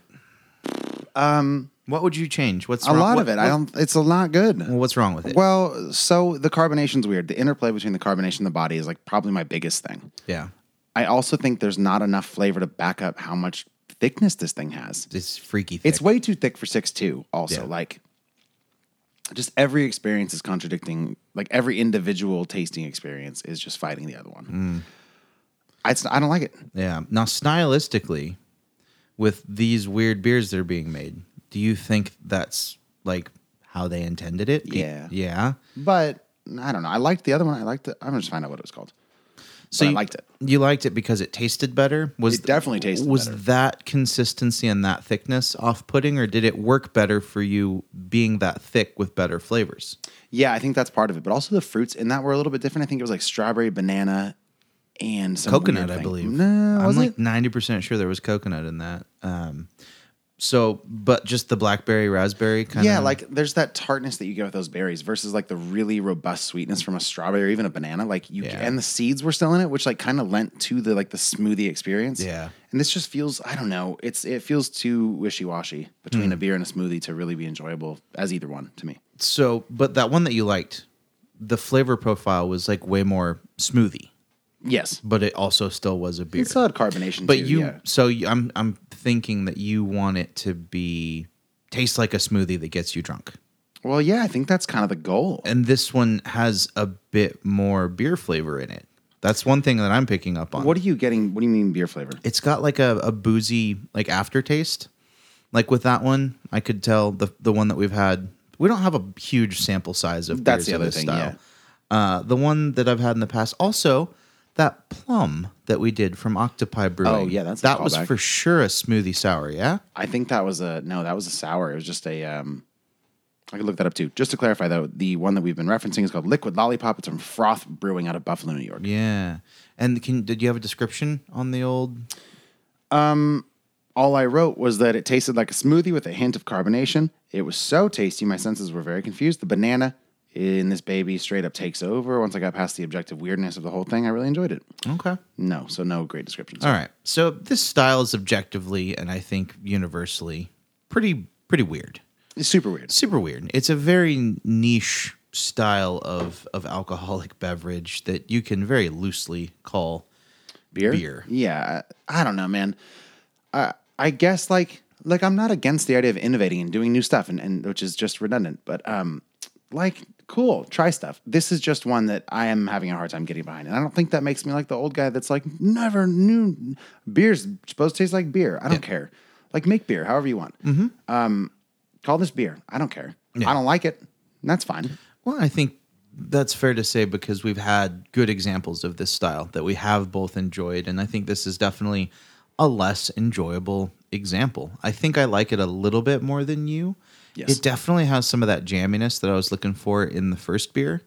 S1: Um, what would you change? What's
S4: Um, A
S1: wrong-
S4: lot
S1: what-
S4: of it.
S1: what-
S4: I don't. It's a lot good.
S1: well, What's wrong with it?
S4: Well, so the carbonation's weird. The interplay between the carbonation and the body is like probably my biggest thing.
S1: yeah,
S4: I also think there's not enough flavor to back up how much thickness this thing has.
S1: it's freaky. Thick.
S4: It's way too thick for six two. Also,
S1: Yeah.
S4: like just every experience is contradicting. Like every individual tasting experience is just fighting the other
S1: Mm.
S4: one. I, it's, I don't like it.
S1: Yeah. Now, stylistically, with these weird beers that are being made, do you think that's like how they intended it? Be-
S4: Yeah.
S1: Yeah.
S4: But I don't know. I liked the other one. I liked it. I'm gonna just find out what it was called.
S1: So
S4: But I
S1: you-
S4: liked it.
S1: You liked it because it tasted better. Was
S4: It definitely tasted
S1: was
S4: better.
S1: that consistency and that thickness off-putting, or did it work better for you being that thick with better flavors?
S4: Yeah, I think that's part of it. But also the fruits in that were a little bit different. I think it was like strawberry, banana, and some
S1: coconut,
S4: weird
S1: I
S4: thing.
S1: believe.
S4: No,
S1: I'm
S4: was
S1: like
S4: it?
S1: 90% sure there was coconut in that. Um, So, but just the blackberry raspberry kind of
S4: Yeah, like there's that tartness that you get with those berries versus like the really robust sweetness from a strawberry or even a banana. Like you
S1: Yeah.
S4: and the seeds were still in it, which like kind of lent to the like the smoothie experience.
S1: Yeah.
S4: And this just feels I don't know, it's it feels too wishy washy between
S1: Mm.
S4: a beer and a smoothie to really be enjoyable as either one to me.
S1: so, but that one that you liked, the flavor profile was like way more smoothie,
S4: Yes.
S1: but it also still was a beer.
S4: It still had carbonation.
S1: but
S4: too,
S1: you,
S4: yeah.
S1: so you, I'm I'm thinking that you want it to be taste like a smoothie that gets you drunk,
S4: Well, yeah, I think that's kind of the goal.
S1: and this one has a bit more beer flavor in it. That's one thing that I'm picking up on.
S4: What are you getting? What do you mean beer flavor?
S1: it's got like a, a boozy like aftertaste. Like with that one, I could tell the the one that we've had. We don't have a huge sample size of beers
S4: That's the
S1: of
S4: other
S1: this
S4: thing,
S1: style. Uh, the one that I've had in the past, also that plum that we did from Octopi Brewing.
S4: Oh, yeah, that's a
S1: that was
S4: callback.
S1: for sure a smoothie sour. Yeah,
S4: I think that was a no, that was a sour. It was just a um I could look that up too. Just to clarify though, the one that we've been referencing is called Liquid Lollipop. It's from Froth Brewing out of Buffalo, New York.
S1: yeah. And can did you have a description on the old?
S4: All I wrote was that it tasted like a smoothie with a hint of carbonation. It was so tasty, my senses were very confused. The banana in this baby straight up takes over. Once I got past the objective weirdness of the whole thing, I really enjoyed it.
S1: Okay.
S4: No, so no great descriptions.
S1: All right. So this style is objectively and I think universally pretty pretty weird.
S4: It's super weird.
S1: super weird. It's a very niche style of of alcoholic (laughs) beverage that you can very loosely call
S4: beer.
S1: Beer.
S4: Yeah, I I don't know, man. I I guess like like I'm not against the idea of innovating and doing new stuff, and, and which is just redundant. But um, like cool, try stuff. This is just one that I am having a hard time getting behind, and I don't think that makes me like the old guy that's like never knew beer's supposed to taste like beer. I don't care. Like make beer however you want. Um, call this beer. I don't care. I don't like it. and That's fine.
S1: Well, I think that's fair to say because we've had good examples of this style that we have both enjoyed, and I think this is definitely a less enjoyable example. I think I like it a little bit more than you.
S4: Yes.
S1: It definitely has some of that jamminess that I was looking for in the first beer,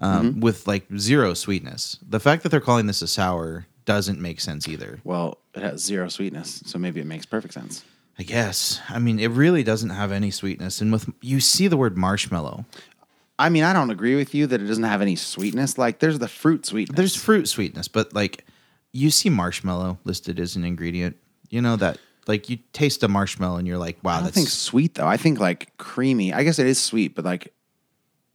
S1: Um, with like zero sweetness. The fact that they're calling this a sour doesn't make sense either.
S4: Well, it has zero sweetness, so maybe it makes perfect sense.
S1: I guess. I mean, it really doesn't have any sweetness. And with you see the word marshmallow,
S4: I mean, I don't agree with you that it doesn't have any sweetness. Like, there's the fruit sweetness.
S1: there's fruit sweetness, but like you see marshmallow listed as an ingredient. You know that like you taste a marshmallow and you're like, wow,
S4: I don't
S1: that's
S4: think sweet though. I think like creamy. I guess it is sweet, but like,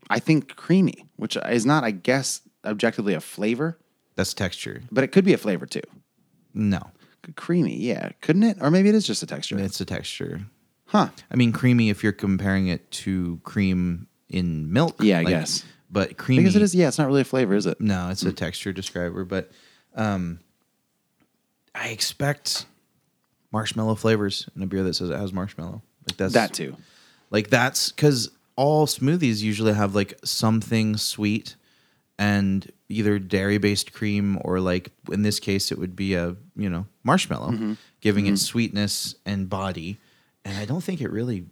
S4: I think creamy, which is not, I guess, objectively a flavor,
S1: that's texture.
S4: but it could be a flavor too.
S1: No,
S4: Creamy, yeah, couldn't it? Or maybe it is just a texture.
S1: it's a texture.
S4: huh?
S1: I mean, creamy if you're comparing it to cream in milk.
S4: Yeah, I guess.
S1: But creamy
S4: Because it is. Yeah, it's not really a flavor, is it?
S1: No, it's
S4: Mm.
S1: a texture describer, but um, I expect marshmallow flavors in a beer that says it has marshmallow. Like that's
S4: That too.
S1: Like that's because all smoothies usually have like something sweet and either dairy based cream or like in this case it would be a you know marshmallow,
S4: Mm-hmm.
S1: giving it sweetness and body. And I don't think it really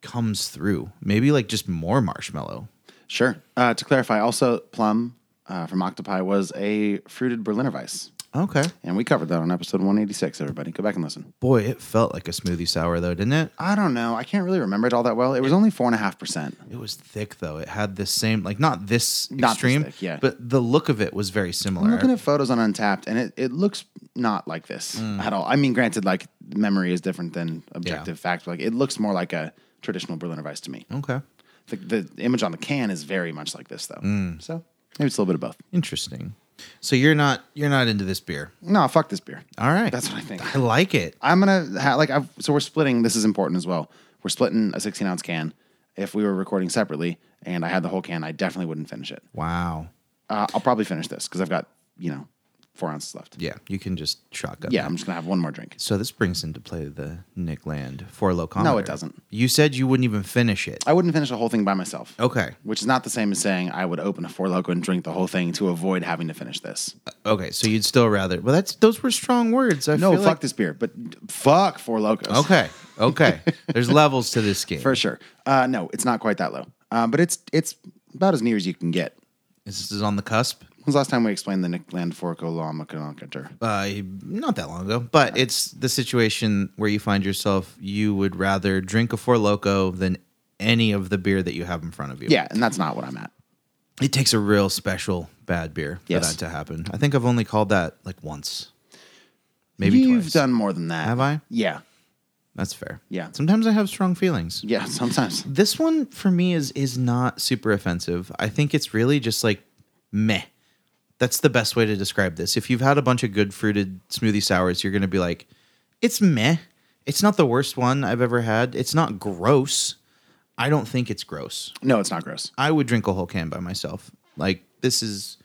S1: comes through. Maybe like just more marshmallow.
S4: Sure. Uh, to clarify, also plum uh, from Octopi was a fruited Berliner Weiss,
S1: Okay.
S4: and we covered that on episode 186. Everybody, go back and listen.
S1: Boy, it felt like a smoothie sour though, didn't it?
S4: I don't know. I can't really remember it all that well. It was only four and a half percent.
S1: It was thick though. It had this same like not this
S4: Not this
S1: extreme,
S4: thick, yeah.
S1: But the look of it was very similar.
S4: I'm looking at photos on Untapped, and it, it looks not like this at all. I mean, granted, like memory is different than objective fact. But, like it looks more like a traditional Berliner Weiss to me.
S1: okay,
S4: The, the image on the can is very much like this, though.
S1: Mm.
S4: So maybe it's a little bit of both.
S1: interesting. So you're not you're not into this beer.
S4: No, fuck this beer.
S1: All right,
S4: That's what I think.
S1: Uh, I like it.
S4: I'm gonna ha- like I've, so we're splitting. This is important as well. We're splitting a 16 ounce can. If we were recording separately and I had the whole can, I definitely wouldn't finish it.
S1: Wow.
S4: Uh, I'll probably finish this because I've got you know four ounces left.
S1: Yeah, you can just shotgun.
S4: Yeah,
S1: that.
S4: I'm just gonna have one more drink.
S1: So this brings into play the Nick Land four locometer.
S4: No, it doesn't.
S1: You said you wouldn't even finish it.
S4: I wouldn't finish the whole thing by myself.
S1: Okay.
S4: Which is not the same as saying I would open a Four Loko and drink the whole thing to avoid having to finish this.
S1: Okay, so you'd still rather. Well, that's those were strong words. I
S4: No,
S1: feel
S4: fuck
S1: like-
S4: this beer, but fuck Four Locos.
S1: Okay,
S4: (laughs)
S1: okay. There's levels to this game.
S4: For sure. Uh, Um, no, it's not quite that low. Uh, but it's it's about as near as you can get.
S1: this is on the cusp.
S4: When's the last time we explained the Nick Landforco law Maconometer?
S1: Uh, not that long ago, but it's the situation where you find yourself. You would rather drink a Four Loco than any of the beer that you have in front of you.
S4: Yeah, and that's not what I'm at.
S1: It takes a real special bad beer for
S4: Yes.
S1: that to happen. I think I've only called that like once, maybe
S4: You've
S1: twice.
S4: done more than that.
S1: Have I?
S4: Yeah.
S1: That's fair.
S4: Yeah.
S1: Sometimes I have strong feelings.
S4: Yeah, (laughs) sometimes.
S1: This one for me is is not super offensive. I think it's really just like meh. That's the best way to describe this. If you've had a bunch of good fruited smoothie sours, you're going to be like, it's meh. It's not the worst one I've ever had. It's not gross. I don't think it's gross.
S4: No, it's not gross.
S1: I would drink a whole can by myself. Like this is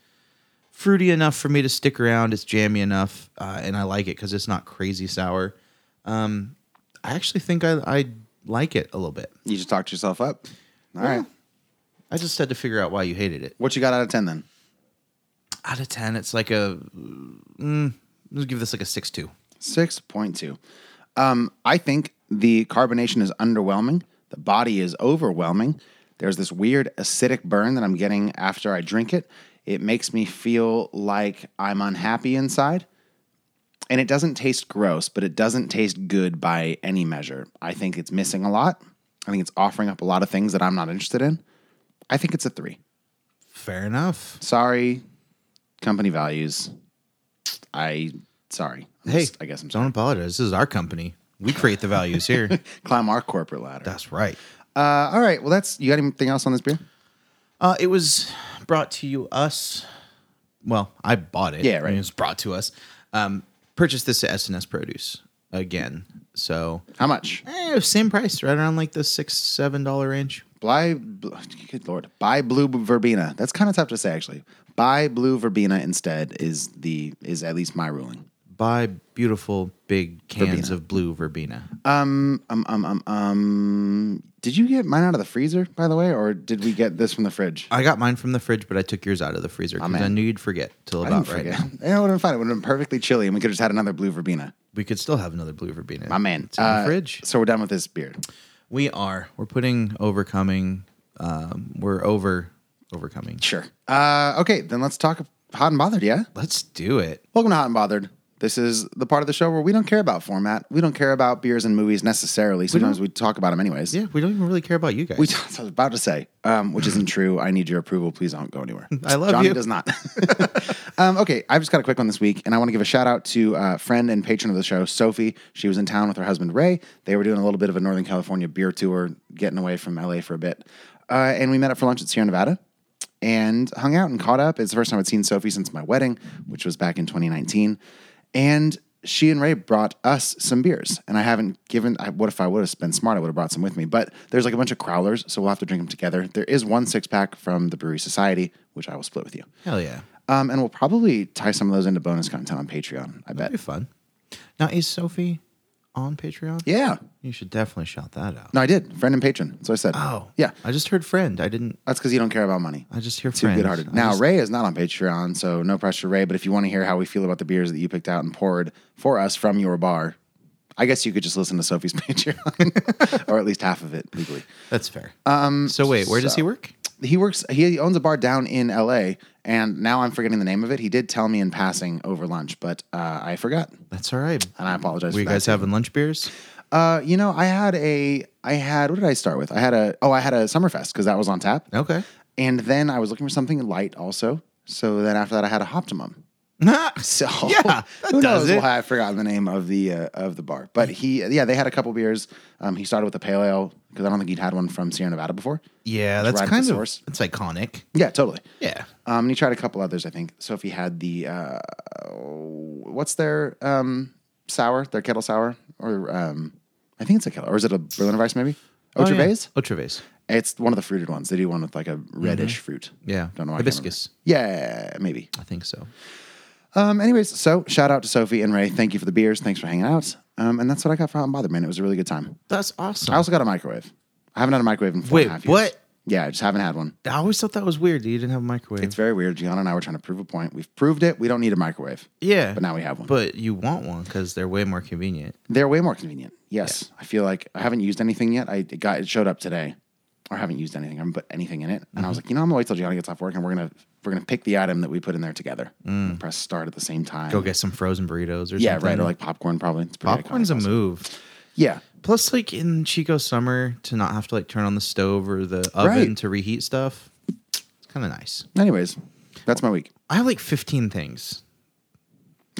S1: fruity enough for me to stick around. It's jammy enough, uh, and I like it because it's not crazy sour. Um, I actually think I, I like it a little bit.
S4: You just talked yourself up. All right.
S1: Well, I just had to figure out why you hated it.
S4: What you got out of 10 then?
S1: Out of ten, it's like a. Mm, let's give this like a six two.
S4: 6.2. Um, I think the carbonation is underwhelming. The body is overwhelming. There's this weird acidic burn that I'm getting after I drink it. It makes me feel like I'm unhappy inside. And it doesn't taste gross, but it doesn't taste good by any measure. I think it's missing a lot. I think it's offering up a lot of things that I'm not interested in. I think it's a three.
S1: Fair enough.
S4: Sorry, company values. I sorry. I'm
S1: Hey,
S4: just- I guess I'm sorry.
S1: Don't apologize. This is our company. We create the values (laughs) here.
S4: Climb our corporate ladder.
S1: That's right.
S4: Uh, all right. Well, that's you got anything else on this beer?
S1: Uh, it was brought to you us. Well, I bought it.
S4: Yeah,
S1: I mean,
S4: right.
S1: it was brought to us. Um, purchased this at S&S Produce again. So
S4: How much?
S1: eh, same price, right around like the six seven dollar range.
S4: Buy, bl- good lord, buy blue verbena. That's kind of tough to say actually. Buy blue verbena instead is the is at least my ruling.
S1: Buy beautiful big cans
S4: Verbena.
S1: of blue verbena.
S4: Um, um, um, um, um. Did you get mine out of the freezer by the way, or did we get this from the fridge?
S1: I got mine from the fridge, but I took yours out of the freazer because
S4: man.
S1: I knew you'd forget till
S4: I
S1: about
S4: didn't
S1: right
S4: forget. (laughs)
S1: now.
S4: It would have been fine. It would have been perfectly chilly, and we could have just had another blue verbena.
S1: We could still have another blue verbena.
S4: My man,
S1: it's in
S4: uh,
S1: the fridge.
S4: So we're done with this beer.
S1: We are. We're putting overcoming. Um, we're over overcoming.
S4: Sure. Uh, okay, then let's talk hot and bothered. Yeah.
S1: Let's do it.
S4: Welcome to Hot and Bothered. This is the part of the show where we don't care about format. We don't care about beers and movies necessarily. Sometimes we, talk about them anyways.
S1: Yeah, we don't even really care about you guys.
S4: We, (laughs) I was about to say, um, which isn't true. I need your approval. Please don't go anywhere.
S1: (laughs) I love
S4: Johnny
S1: you.
S4: does not. um, okay, I've just got a quick one this week, and I want to give a shout out to uh, friend and patron of the show, Sophie. She was in town with her husband, Ray. They were doing a little bit of a Northern California beer tour, getting away from LA for a bit. Uh, and we met up for lunch at Sierra Nevada and hung out and caught up. It's the first time I'd seen Sophie since my wedding, which was back in 2019. And she and Ray brought us some beers, and I haven't given. I, what if I would have been smart? I would have brought some with me. But there's like a bunch of crowlers, so we'll have to drink them together. There is one six pack from the Brewery Society, which I will split with you.
S1: Hell yeah.
S4: Um, and we'll probably tie some of those into bonus content on Patreon. I
S1: That'd
S4: bet.
S1: be fun. Now, is Sophie on Patreon?
S4: Yeah.
S1: You should definitely shout that out.
S4: No, I did. Friend and patron. So I said.
S1: Oh.
S4: Yeah.
S1: I just heard friend. I didn't.
S4: That's because you don't care about money.
S1: I just hear
S4: Too
S1: friend.
S4: good-hearted.
S1: I
S4: Now
S1: just-
S4: Ray is not on Patreon, so no pressure, Ray. But if you want to hear how we feel about the beers that you picked out and poured for us from your bar, I guess you could just listen to Sophie's (laughs) Patreon, or at least half of it legally.
S1: That's fair. Um. So wait, where does he work?
S4: He works. He owns a bar down in L.A. And now I'm forgetting the name of it. He did tell me in passing over lunch, but uh, I forgot,
S1: That's all right.
S4: and I apologize.
S1: Were
S4: for
S1: you
S4: that,
S1: guys
S4: too.
S1: having lunch beers?
S4: Uh, you know, I had a, I had, what did I start with? I had a, oh, I had a Summerfest because that was on tap.
S1: Okay.
S4: (laughs) And then I was looking for something light also. So then after that, I had a Optimum. (laughs) So
S1: Yeah, that
S4: who knows
S1: does it.
S4: why I forgot the name of the uh, of the bar. But he, yeah, they had a couple beers. Um, he started with a pale ale because I don't think he'd had one from Sierra Nevada before.
S1: yeah, that's
S4: Let's ride the
S1: kind of
S4: source.
S1: it's iconic.
S4: Yeah, totally.
S1: Yeah.
S4: Um, and he tried a couple others, I think. Sophie had the uh, what's their um, sour, their kettle sour, or um, I think it's a kettle, or is it a Berliner Weiss maybe? Oh, Gervais?
S1: Oh, Gervais.
S4: It's one of the fruited ones. They do one with like a reddish fruit.
S1: Yeah.
S4: don't know. why I can't remember.
S1: Hibiscus.
S4: Yeah, maybe.
S1: I think so.
S4: Um, anyways, so shout out to Sophie and Ray. Thank you for the beers. Thanks for hanging out. Um, and that's what I got for Hot and Bothered, man. It was a really good time.
S1: That's
S4: I
S1: awesome.
S4: also got a microwave. I haven't had a microwave in four and a
S1: Wait,
S4: half years.
S1: what?
S4: Yeah, I just haven't had one.
S1: I always thought that was weird that you didn't have a microwave.
S4: It's very weird. Gianna and I were trying to prove a point. We've proved it. We don't need a microwave.
S1: yeah.
S4: But now we have one.
S1: But you want one because they're way more convenient.
S4: They're way more convenient. Yes. I feel like I haven't used anything yet. I it got it showed up today. or haven't used anything. I haven't put anything in it. And I was
S1: Mm-hmm.
S4: like, you know, I'm gonna wait till Gianna gets off work, and we're gonna we're gonna pick the item that we put in there together. And press start at the same time.
S1: Mm. Go get some frozen burritos or
S4: yeah,
S1: something.
S4: right, or like popcorn probably. It's pretty
S1: popcorn's a
S4: iconic.
S1: move.
S4: Yeah,
S1: Plus, like in Chico summer, to not have to like turn on the stove or the oven
S4: Right.
S1: to reheat stuff, it's kind of nice.
S4: Anyways, that's my week.
S1: I have like 15 things.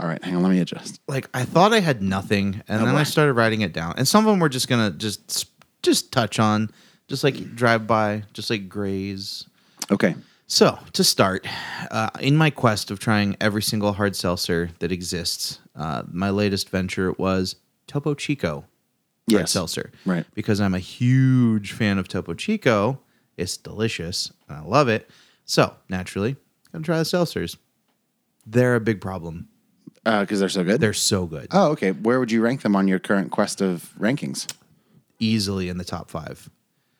S4: All right, hang on, let me adjust.
S1: Like I thought I had nothing, and
S4: Oh,
S1: then
S4: boy.
S1: I started writing it down. And some of them we're just gonna just just touch on, just like drive by, just like graze.
S4: Okay.
S1: So, to start, uh, in my quest of trying every single hard seltzer that exists, uh, my latest venture was Topo Chico hard
S4: Yes.
S1: seltzer.
S4: Right.
S1: Because I'm a huge fan of Topo Chico. It's delicious and I love it. So, naturally, I'm going to try the seltzers. They're a big problem.
S4: Because uh, they're so good.
S1: They're so good.
S4: oh, okay. Where would you rank them on your current quest of rankings?
S1: Easily in the top five.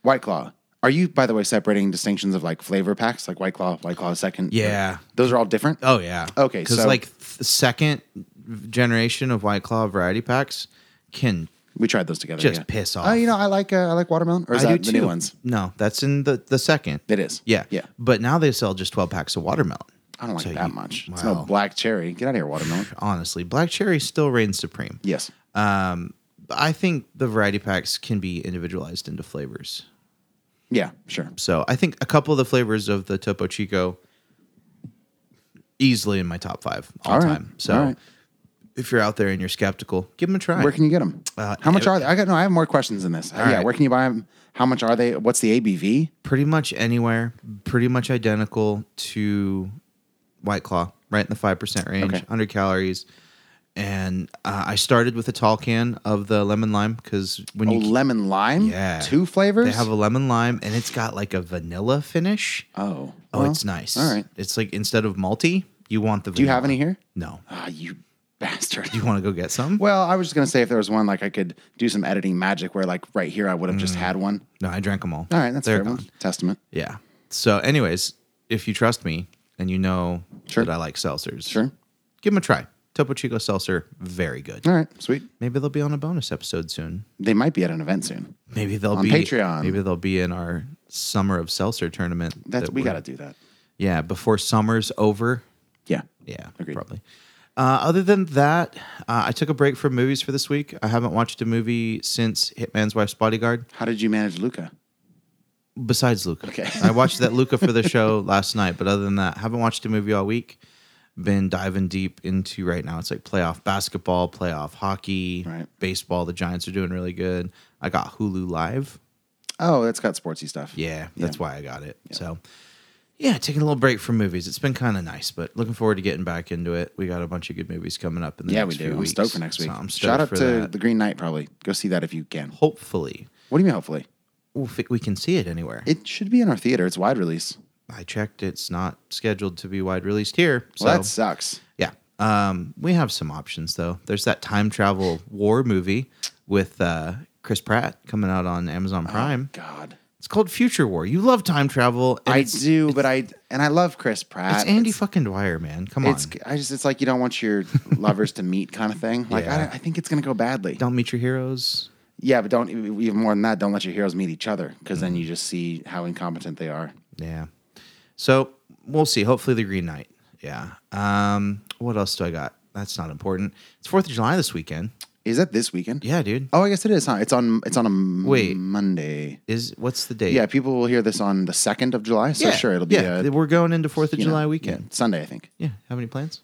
S4: White Claw. Are you, by the way, separating distinctions of like flavor packs, like White Claw, White Claw second?
S1: Yeah.
S4: Those are all different.
S1: Oh yeah.
S4: Okay,
S1: Because
S4: so-
S1: like th- second generation of White Claw variety packs can
S4: We tried those together.
S1: Just
S4: yeah.
S1: piss
S4: Oh,
S1: off.
S4: you know, I like uh, I like watermelon. Or is that the new ones?
S1: No, that's in the the second.
S4: It is.
S1: Yeah,
S4: Yeah.
S1: But now they sell just twelve packs of watermelon.
S4: I don't like
S1: So
S4: that
S1: you-
S4: much. It's
S1: Wow.
S4: no black cherry. Get out of here, watermelon.
S1: Honestly, black cherry still reigns supreme.
S4: yes.
S1: But I think the variety packs can be individualized into flavors.
S4: Yeah, sure.
S1: So I think a couple of the flavors of the Topo Chico easily in my top five all,
S4: All right.
S1: time. So
S4: All right.
S1: if you're out there and you're skeptical, give them a try.
S4: Where can you get them?
S1: Uh,
S4: How much
S1: it-
S4: are they? I got no. I have more questions than this. yeah,
S1: right.
S4: where can you buy them? How much are they? What's the ABV?
S1: pretty much anywhere, pretty much identical to White Claw, right in the 5% range,
S4: Okay.
S1: 100 calories. And uh, I started with a tall can of the lemon lime because when
S4: Oh,
S1: you
S4: lemon lime.
S1: yeah,
S4: two flavors.
S1: they have a lemon lime and it's got like a vanilla finish.
S4: oh,
S1: oh,
S4: well,
S1: it's nice.
S4: All right.
S1: it's like instead of malty, you want the.
S4: Do you have any here?
S1: No,
S4: Ah, you bastard.
S1: you want to go get some?
S4: (laughs) Well, I was just gonna say if there was one like I could do some editing magic where like right here I would have just had one.
S1: No, I drank them all.
S4: All right, that's
S1: Mm. They're
S4: fair. Well,
S1: gone.
S4: Testament.
S1: Yeah. So, anyways, if you trust me and you know
S4: Sure.
S1: that I like seltzers,
S4: Sure.
S1: give them a try. Topo Chico seltzer, very good.
S4: All right, sweet.
S1: Maybe they'll be on a bonus episode soon.
S4: They might be at an event soon.
S1: Maybe they'll
S4: On
S1: be
S4: Patreon.
S1: Maybe they'll be in our summer of seltzer tournament.
S4: That's
S1: that
S4: we
S1: we're-
S4: gotta do that.
S1: Yeah, before summer's over.
S4: Yeah.
S1: Yeah,
S4: Agreed.
S1: probably. Uh, other than that, uh, I took a break from movies for this week. I haven't watched a movie since Hitman's Wife's Bodyguard.
S4: How did you manage Luca?
S1: besides Luca. Okay. (laughs) I watched that Luca for the show last night, but other than that, haven't watched a movie all week. Been diving deep into right now. It's like playoff basketball, playoff hockey,
S4: Right.
S1: baseball. The Giants are doing really good. I got Hulu Live.
S4: Oh, that's got sportsy stuff.
S1: Yeah, that's why I got it. So, yeah, taking a little break from movies. It's been kind of nice, but looking forward to getting back into it. We got a bunch of good movies coming up in the
S4: Yeah, we
S1: next
S4: do.
S1: few
S4: I'm
S1: weeks.
S4: stoked for next
S1: So
S4: week.
S1: I'm stoked
S4: Shout out
S1: for
S4: to
S1: that.
S4: the Green Knight. Probably go see that if you can.
S1: Hopefully,
S4: What do you mean? Hopefully,
S1: we'll fi- we can see it anywhere.
S4: it should be in our theater. It's wide release.
S1: I checked; it's not scheduled to be wide released here. So
S4: Well, that sucks.
S1: Yeah. Um, we have some options though. There's that time travel war movie with uh, Chris Pratt coming out on
S4: Oh.
S1: Amazon Prime.
S4: God,
S1: It's called Future War. You love time travel. and
S4: I
S1: it's,
S4: do, but I and I love Chris Pratt.
S1: it's Andy fucking Dwyer, man. Come on.
S4: It's I just it's like you don't
S1: (laughs)
S4: want your lovers to meet kind of thing. Like
S1: Yeah.
S4: I, I think it's gonna go badly.
S1: Don't meet your heroes.
S4: Yeah, but don't even more than that. Don't let your heroes meet each other because
S1: Mm.
S4: then you just see how incompetent they are.
S1: Yeah. So we'll see. Hopefully the Green Knight. Yeah. Um, what else do I got? That's not important. It's Fourth of July this weekend.
S4: Is that this weekend?
S1: Yeah, dude.
S4: Oh, I guess it is. Huh? It's on. It's on a m-
S1: Wait.
S4: Monday.
S1: Is what's the date?
S4: Yeah, people will hear this on the second of July. So sure, it'll be
S1: Yeah,
S4: a
S1: we're going into Fourth of
S4: you know,
S1: July
S4: yeah,
S1: weekend.
S4: Sunday, I think.
S1: Yeah. Have any plans?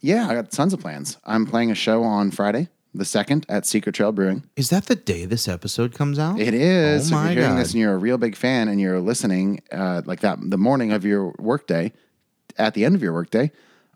S4: Yeah, I got tons of plans. I'm playing a show on Friday, the second, at Secret Trail Brewing.
S1: Is that the day this episode comes out?
S4: It is.
S1: Oh
S4: if
S1: my
S4: you're hearing
S1: god!
S4: this and you're a real big fan and you're listening, uh, like that, the morning of your workday, at the end of your workday,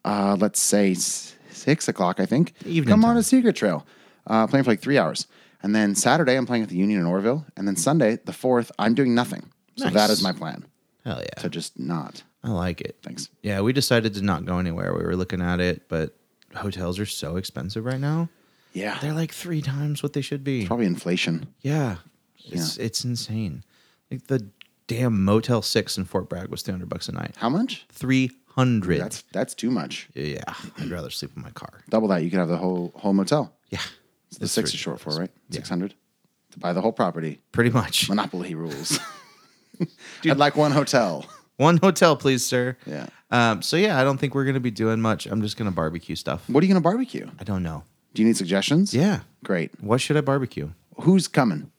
S4: uh, let's say s- six o'clock, I think.
S1: Evening
S4: Come on
S1: time.
S4: to Secret Trail. Uh, playing for like three hours, and then Saturday I'm playing at the Union in Orville, and then Sunday the fourth I'm doing nothing. So
S1: Nice.
S4: that is my plan.
S1: Hell yeah!
S4: So just not.
S1: I like it.
S4: Thanks.
S1: Yeah, we decided to not go anywhere. We were looking at it, but hotels are so expensive right now.
S4: Yeah.
S1: They're like three times what they should be.
S4: Probably inflation.
S1: Yeah, it's it's insane. Like the damn Motel Six in Fort Bragg was three hundred bucks a night.
S4: How much?
S1: Three hundred.
S4: That's that's too much.
S1: yeah. I'd rather sleep in my car.
S4: Double that, you could have the whole whole motel.
S1: Yeah,
S4: It's the six is short for, right?
S1: Yeah.
S4: Six hundred to buy the whole property.
S1: pretty much.
S4: Monopoly rules. I'd like one hotel.
S1: (laughs) One hotel, please, sir.
S4: Yeah.
S1: Um, so yeah, I don't think we're gonna be doing much. I'm just gonna barbecue stuff.
S4: What are you going to barbecue?
S1: I don't know.
S4: Do you need suggestions?
S1: Yeah.
S4: Great.
S1: What should I barbecue?
S4: Who's coming?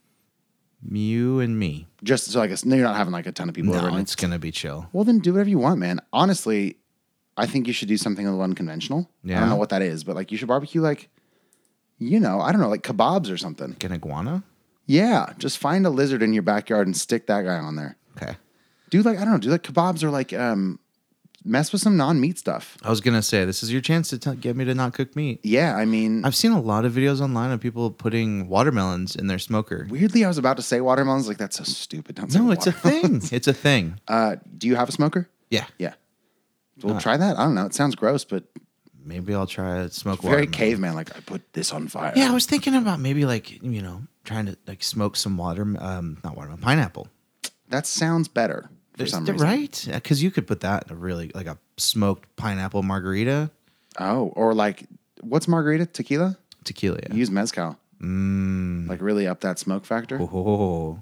S1: You and me.
S4: Just so I guess, no, you're not having like a ton of people over.
S1: No,
S4: and-
S1: it's gonna be chill.
S4: Well, then do whatever you want, man. Honestly, I think you should do something a little unconventional. I
S1: Yeah.
S4: don't know what that is, but like you should barbecue like, you know, I don't know, like kebabs or something.
S1: Like an iguana?
S4: Yeah, just find a lizard in your backyard and stick that guy on there.
S1: Okay.
S4: Do like I don't know, do like kebabs or like um, mess with some non-meat stuff.
S1: I was gonna say this is your chance to t- get me to not cook meat.
S4: Yeah, I mean,
S1: I've seen a lot of videos online of people putting watermelons in their smoker.
S4: weirdly, I was about to say watermelons. Like that's so stupid. Don't say
S1: No, it's a
S4: watermelons. (laughs)
S1: thing. It's a Uh. thing.
S4: Uh, do you have a smoker?
S1: Yeah.
S4: Yeah. We'll try that. I don't know. It sounds gross, but
S1: Maybe I'll try to smoke
S4: very
S1: watermelon.
S4: caveman. Like I put this on fire.
S1: Yeah, I was thinking about maybe like you know trying to like smoke some water, um, not watermelon, pineapple.
S4: that sounds better for some reason.
S1: Right? Because you could put that in a really like a smoked pineapple margarita,
S4: Oh, or like what's margarita? Tequila?
S1: tequila.
S4: You Use mezcal. Mm. Like really up that smoke factor.
S1: Oh,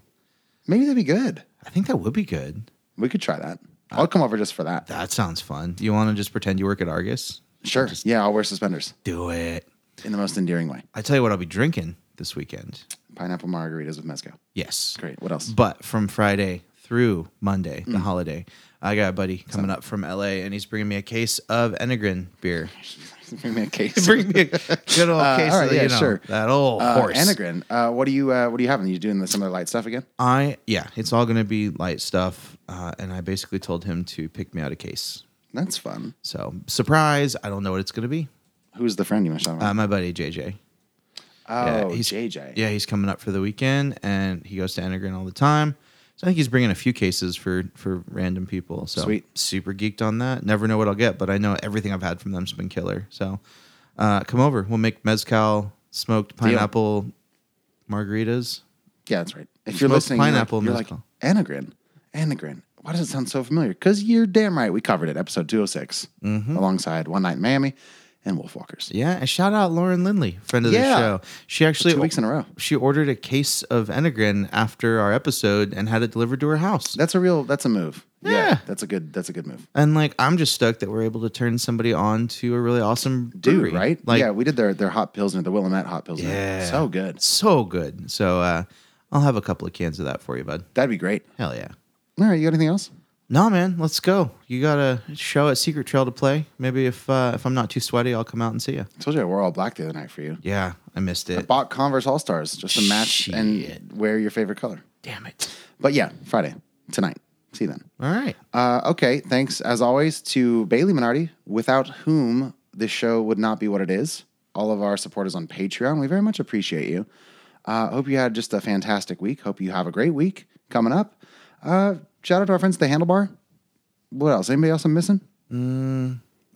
S4: Maybe that'd be good.
S1: I think that would be good.
S4: We could try that.
S1: Uh.
S4: I'll come over just for that.
S1: That sounds fun. Do you want to just pretend you work at Argus?
S4: Sure. yeah, I'll wear suspenders
S1: Do it.
S4: in the most endearing way.
S1: I tell you what, I'll be drinking this weekend.
S4: Pineapple margaritas with mezcal.
S1: Yes.
S4: Great. Mm. What else?
S1: But from Friday through Monday, the holiday, I got a buddy coming up from LA and he's bringing me a case of Enegrin
S4: (laughs)
S1: beer.
S4: Bring me a case.
S1: Bring me a (laughs) good old
S4: (laughs) Uh,
S1: case
S4: all right,
S1: of the,
S4: yeah,
S1: you know,
S4: sure.
S1: that old
S4: uh,
S1: horse.
S4: Anagrin. Uh, what do you uh, what are you having? You doing the, some of the light stuff again?
S1: I yeah, it's all gonna be light stuff, uh, and I basically told him to pick me out a case.
S4: That's fun.
S1: So surprise, I don't know what it's gonna be.
S4: Who's the friend you were talking
S1: Uh,
S4: about?
S1: my buddy JJ.
S4: oh,
S1: Um, Uh, he's-
S4: JJ.
S1: Yeah, he's coming up for the weekend, and he goes to Enegrin all the time. So I think he's bringing a few cases for for random people. So
S4: Sweet.
S1: super geeked on that. Never know what I'll get, but I know everything I've had from them's been killer. So uh, come over. We'll make mezcal, smoked pineapple margaritas.
S4: Yeah, that's right. If you're
S1: Smoked
S4: listening, you're like-
S1: pineapple
S4: you're like,
S1: mezcal.
S4: Anagrin, Anagrin. Why does it sound so familiar? Because you're damn right. We covered it, episode 206,
S1: Mm-hmm.
S4: alongside One Night in Miami and Wolf Walkers.
S1: Yeah, and shout out Lauren Lindley, friend of
S4: Yeah.
S1: the show. She actually
S4: Two weeks in a row.
S1: She ordered a case of Enegrin after our episode and had it delivered to her house.
S4: That's a real. That's a move.
S1: Yeah.
S4: that's a good. That's a good move,
S1: and like, I'm just stoked that we're able to turn somebody on to a really awesome
S4: dude.
S1: brewery.
S4: Right?
S1: Like,
S4: yeah, we did their their hot pilsner, the Willamette hot pilsner.
S1: Yeah.
S4: so good.
S1: so good. So uh, I'll have a couple of cans of that for you, bud.
S4: That'd be great.
S1: Hell yeah.
S4: All right, you got anything else?
S1: No, man, let's go. You got a show at Secret Trail to play. Maybe if uh, if I'm not too sweaty, I'll come out and see you.
S4: I told you I wore all black the other night for you.
S1: Yeah, I missed it.
S4: Bought Converse All Stars just to match and wear your favorite color.
S1: Damn it.
S4: But yeah, Friday tonight. See you then.
S1: All right.
S4: Uh, okay, thanks as always to Bailey Minardi, without whom this show would not be what it is. All of our supporters on Patreon, we very much appreciate you. Uh, hope you had just a fantastic week. Hope you have a great week coming up. Uh, shout out to our friends at the Handlebar. What else? Anybody else I'm missing?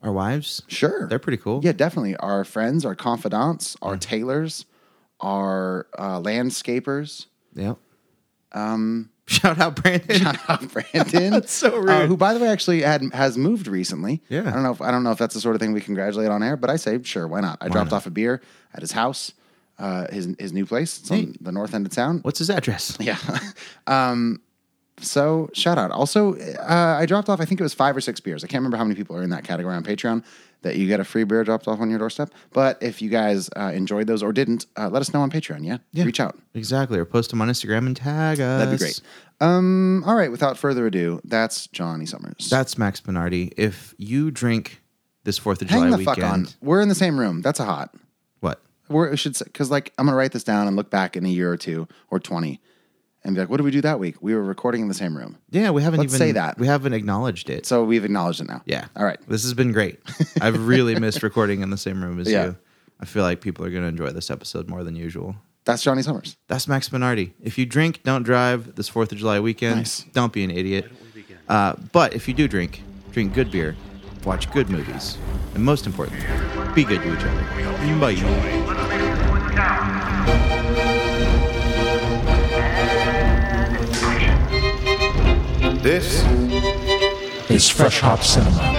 S1: Our wives.
S4: Sure,
S1: They're pretty cool. Mm.
S4: Yeah, definitely. Our friends, our confidants, our tailors, our uh, landscapers.
S1: Yep. Um,
S4: Um,
S1: shout out Brandon.
S4: (laughs) Brandon. that's
S1: so rude.
S4: who, by the way, actually had has moved recently.
S1: Yeah.
S4: I don't know. If, I don't know if that's the sort of thing we congratulate on air, but I say sure. Why not? I dropped off a beer at his house, uh, his his new place. It's on the north end of town.
S1: What's his address?
S4: (laughs) Yeah. (laughs) um. So shout out. Also, uh, I dropped off. I think it was five or six beers. I can't remember how many people are in that category on Patreon. That you get a free beer dropped off on your doorstep. But if you guys uh, enjoyed those or didn't, uh, let us know on Patreon. Yeah? Reach out.
S1: Exactly. Or post him on Instagram and tag us.
S4: That'd be great. Um, all right. Without further ado, that's Johnny Summers.
S1: That's Max Benardi. If you drink this 4th of
S4: Hang
S1: July
S4: the
S1: weekend,
S4: fuck on. We're in the same room. That's a hot.
S1: what?
S4: We're, it should because like I'm gonna write this down and look back in a year or two or twenty, and be like, what did we do that week? We were recording in the same room,
S1: Yeah, we haven't
S4: Let's
S1: even
S4: say that.
S1: We haven't acknowledged it.
S4: so we've acknowledged it now.
S1: yeah.
S4: All right.
S1: This has been
S4: (laughs)
S1: great. I've really missed recording in the same room as
S4: Yeah.
S1: you. I feel like people are going to enjoy this episode more than usual.
S4: That's Johnny Summers.
S1: That's Max Minardi. If you drink, don't drive this 4th of July weekend.
S4: Nice.
S1: Don't be an idiot. Uh, but if you do drink, drink good beer, watch good movies, and most importantly, be good to each other. Bye.
S10: This
S5: is Fresh Hop Cinema.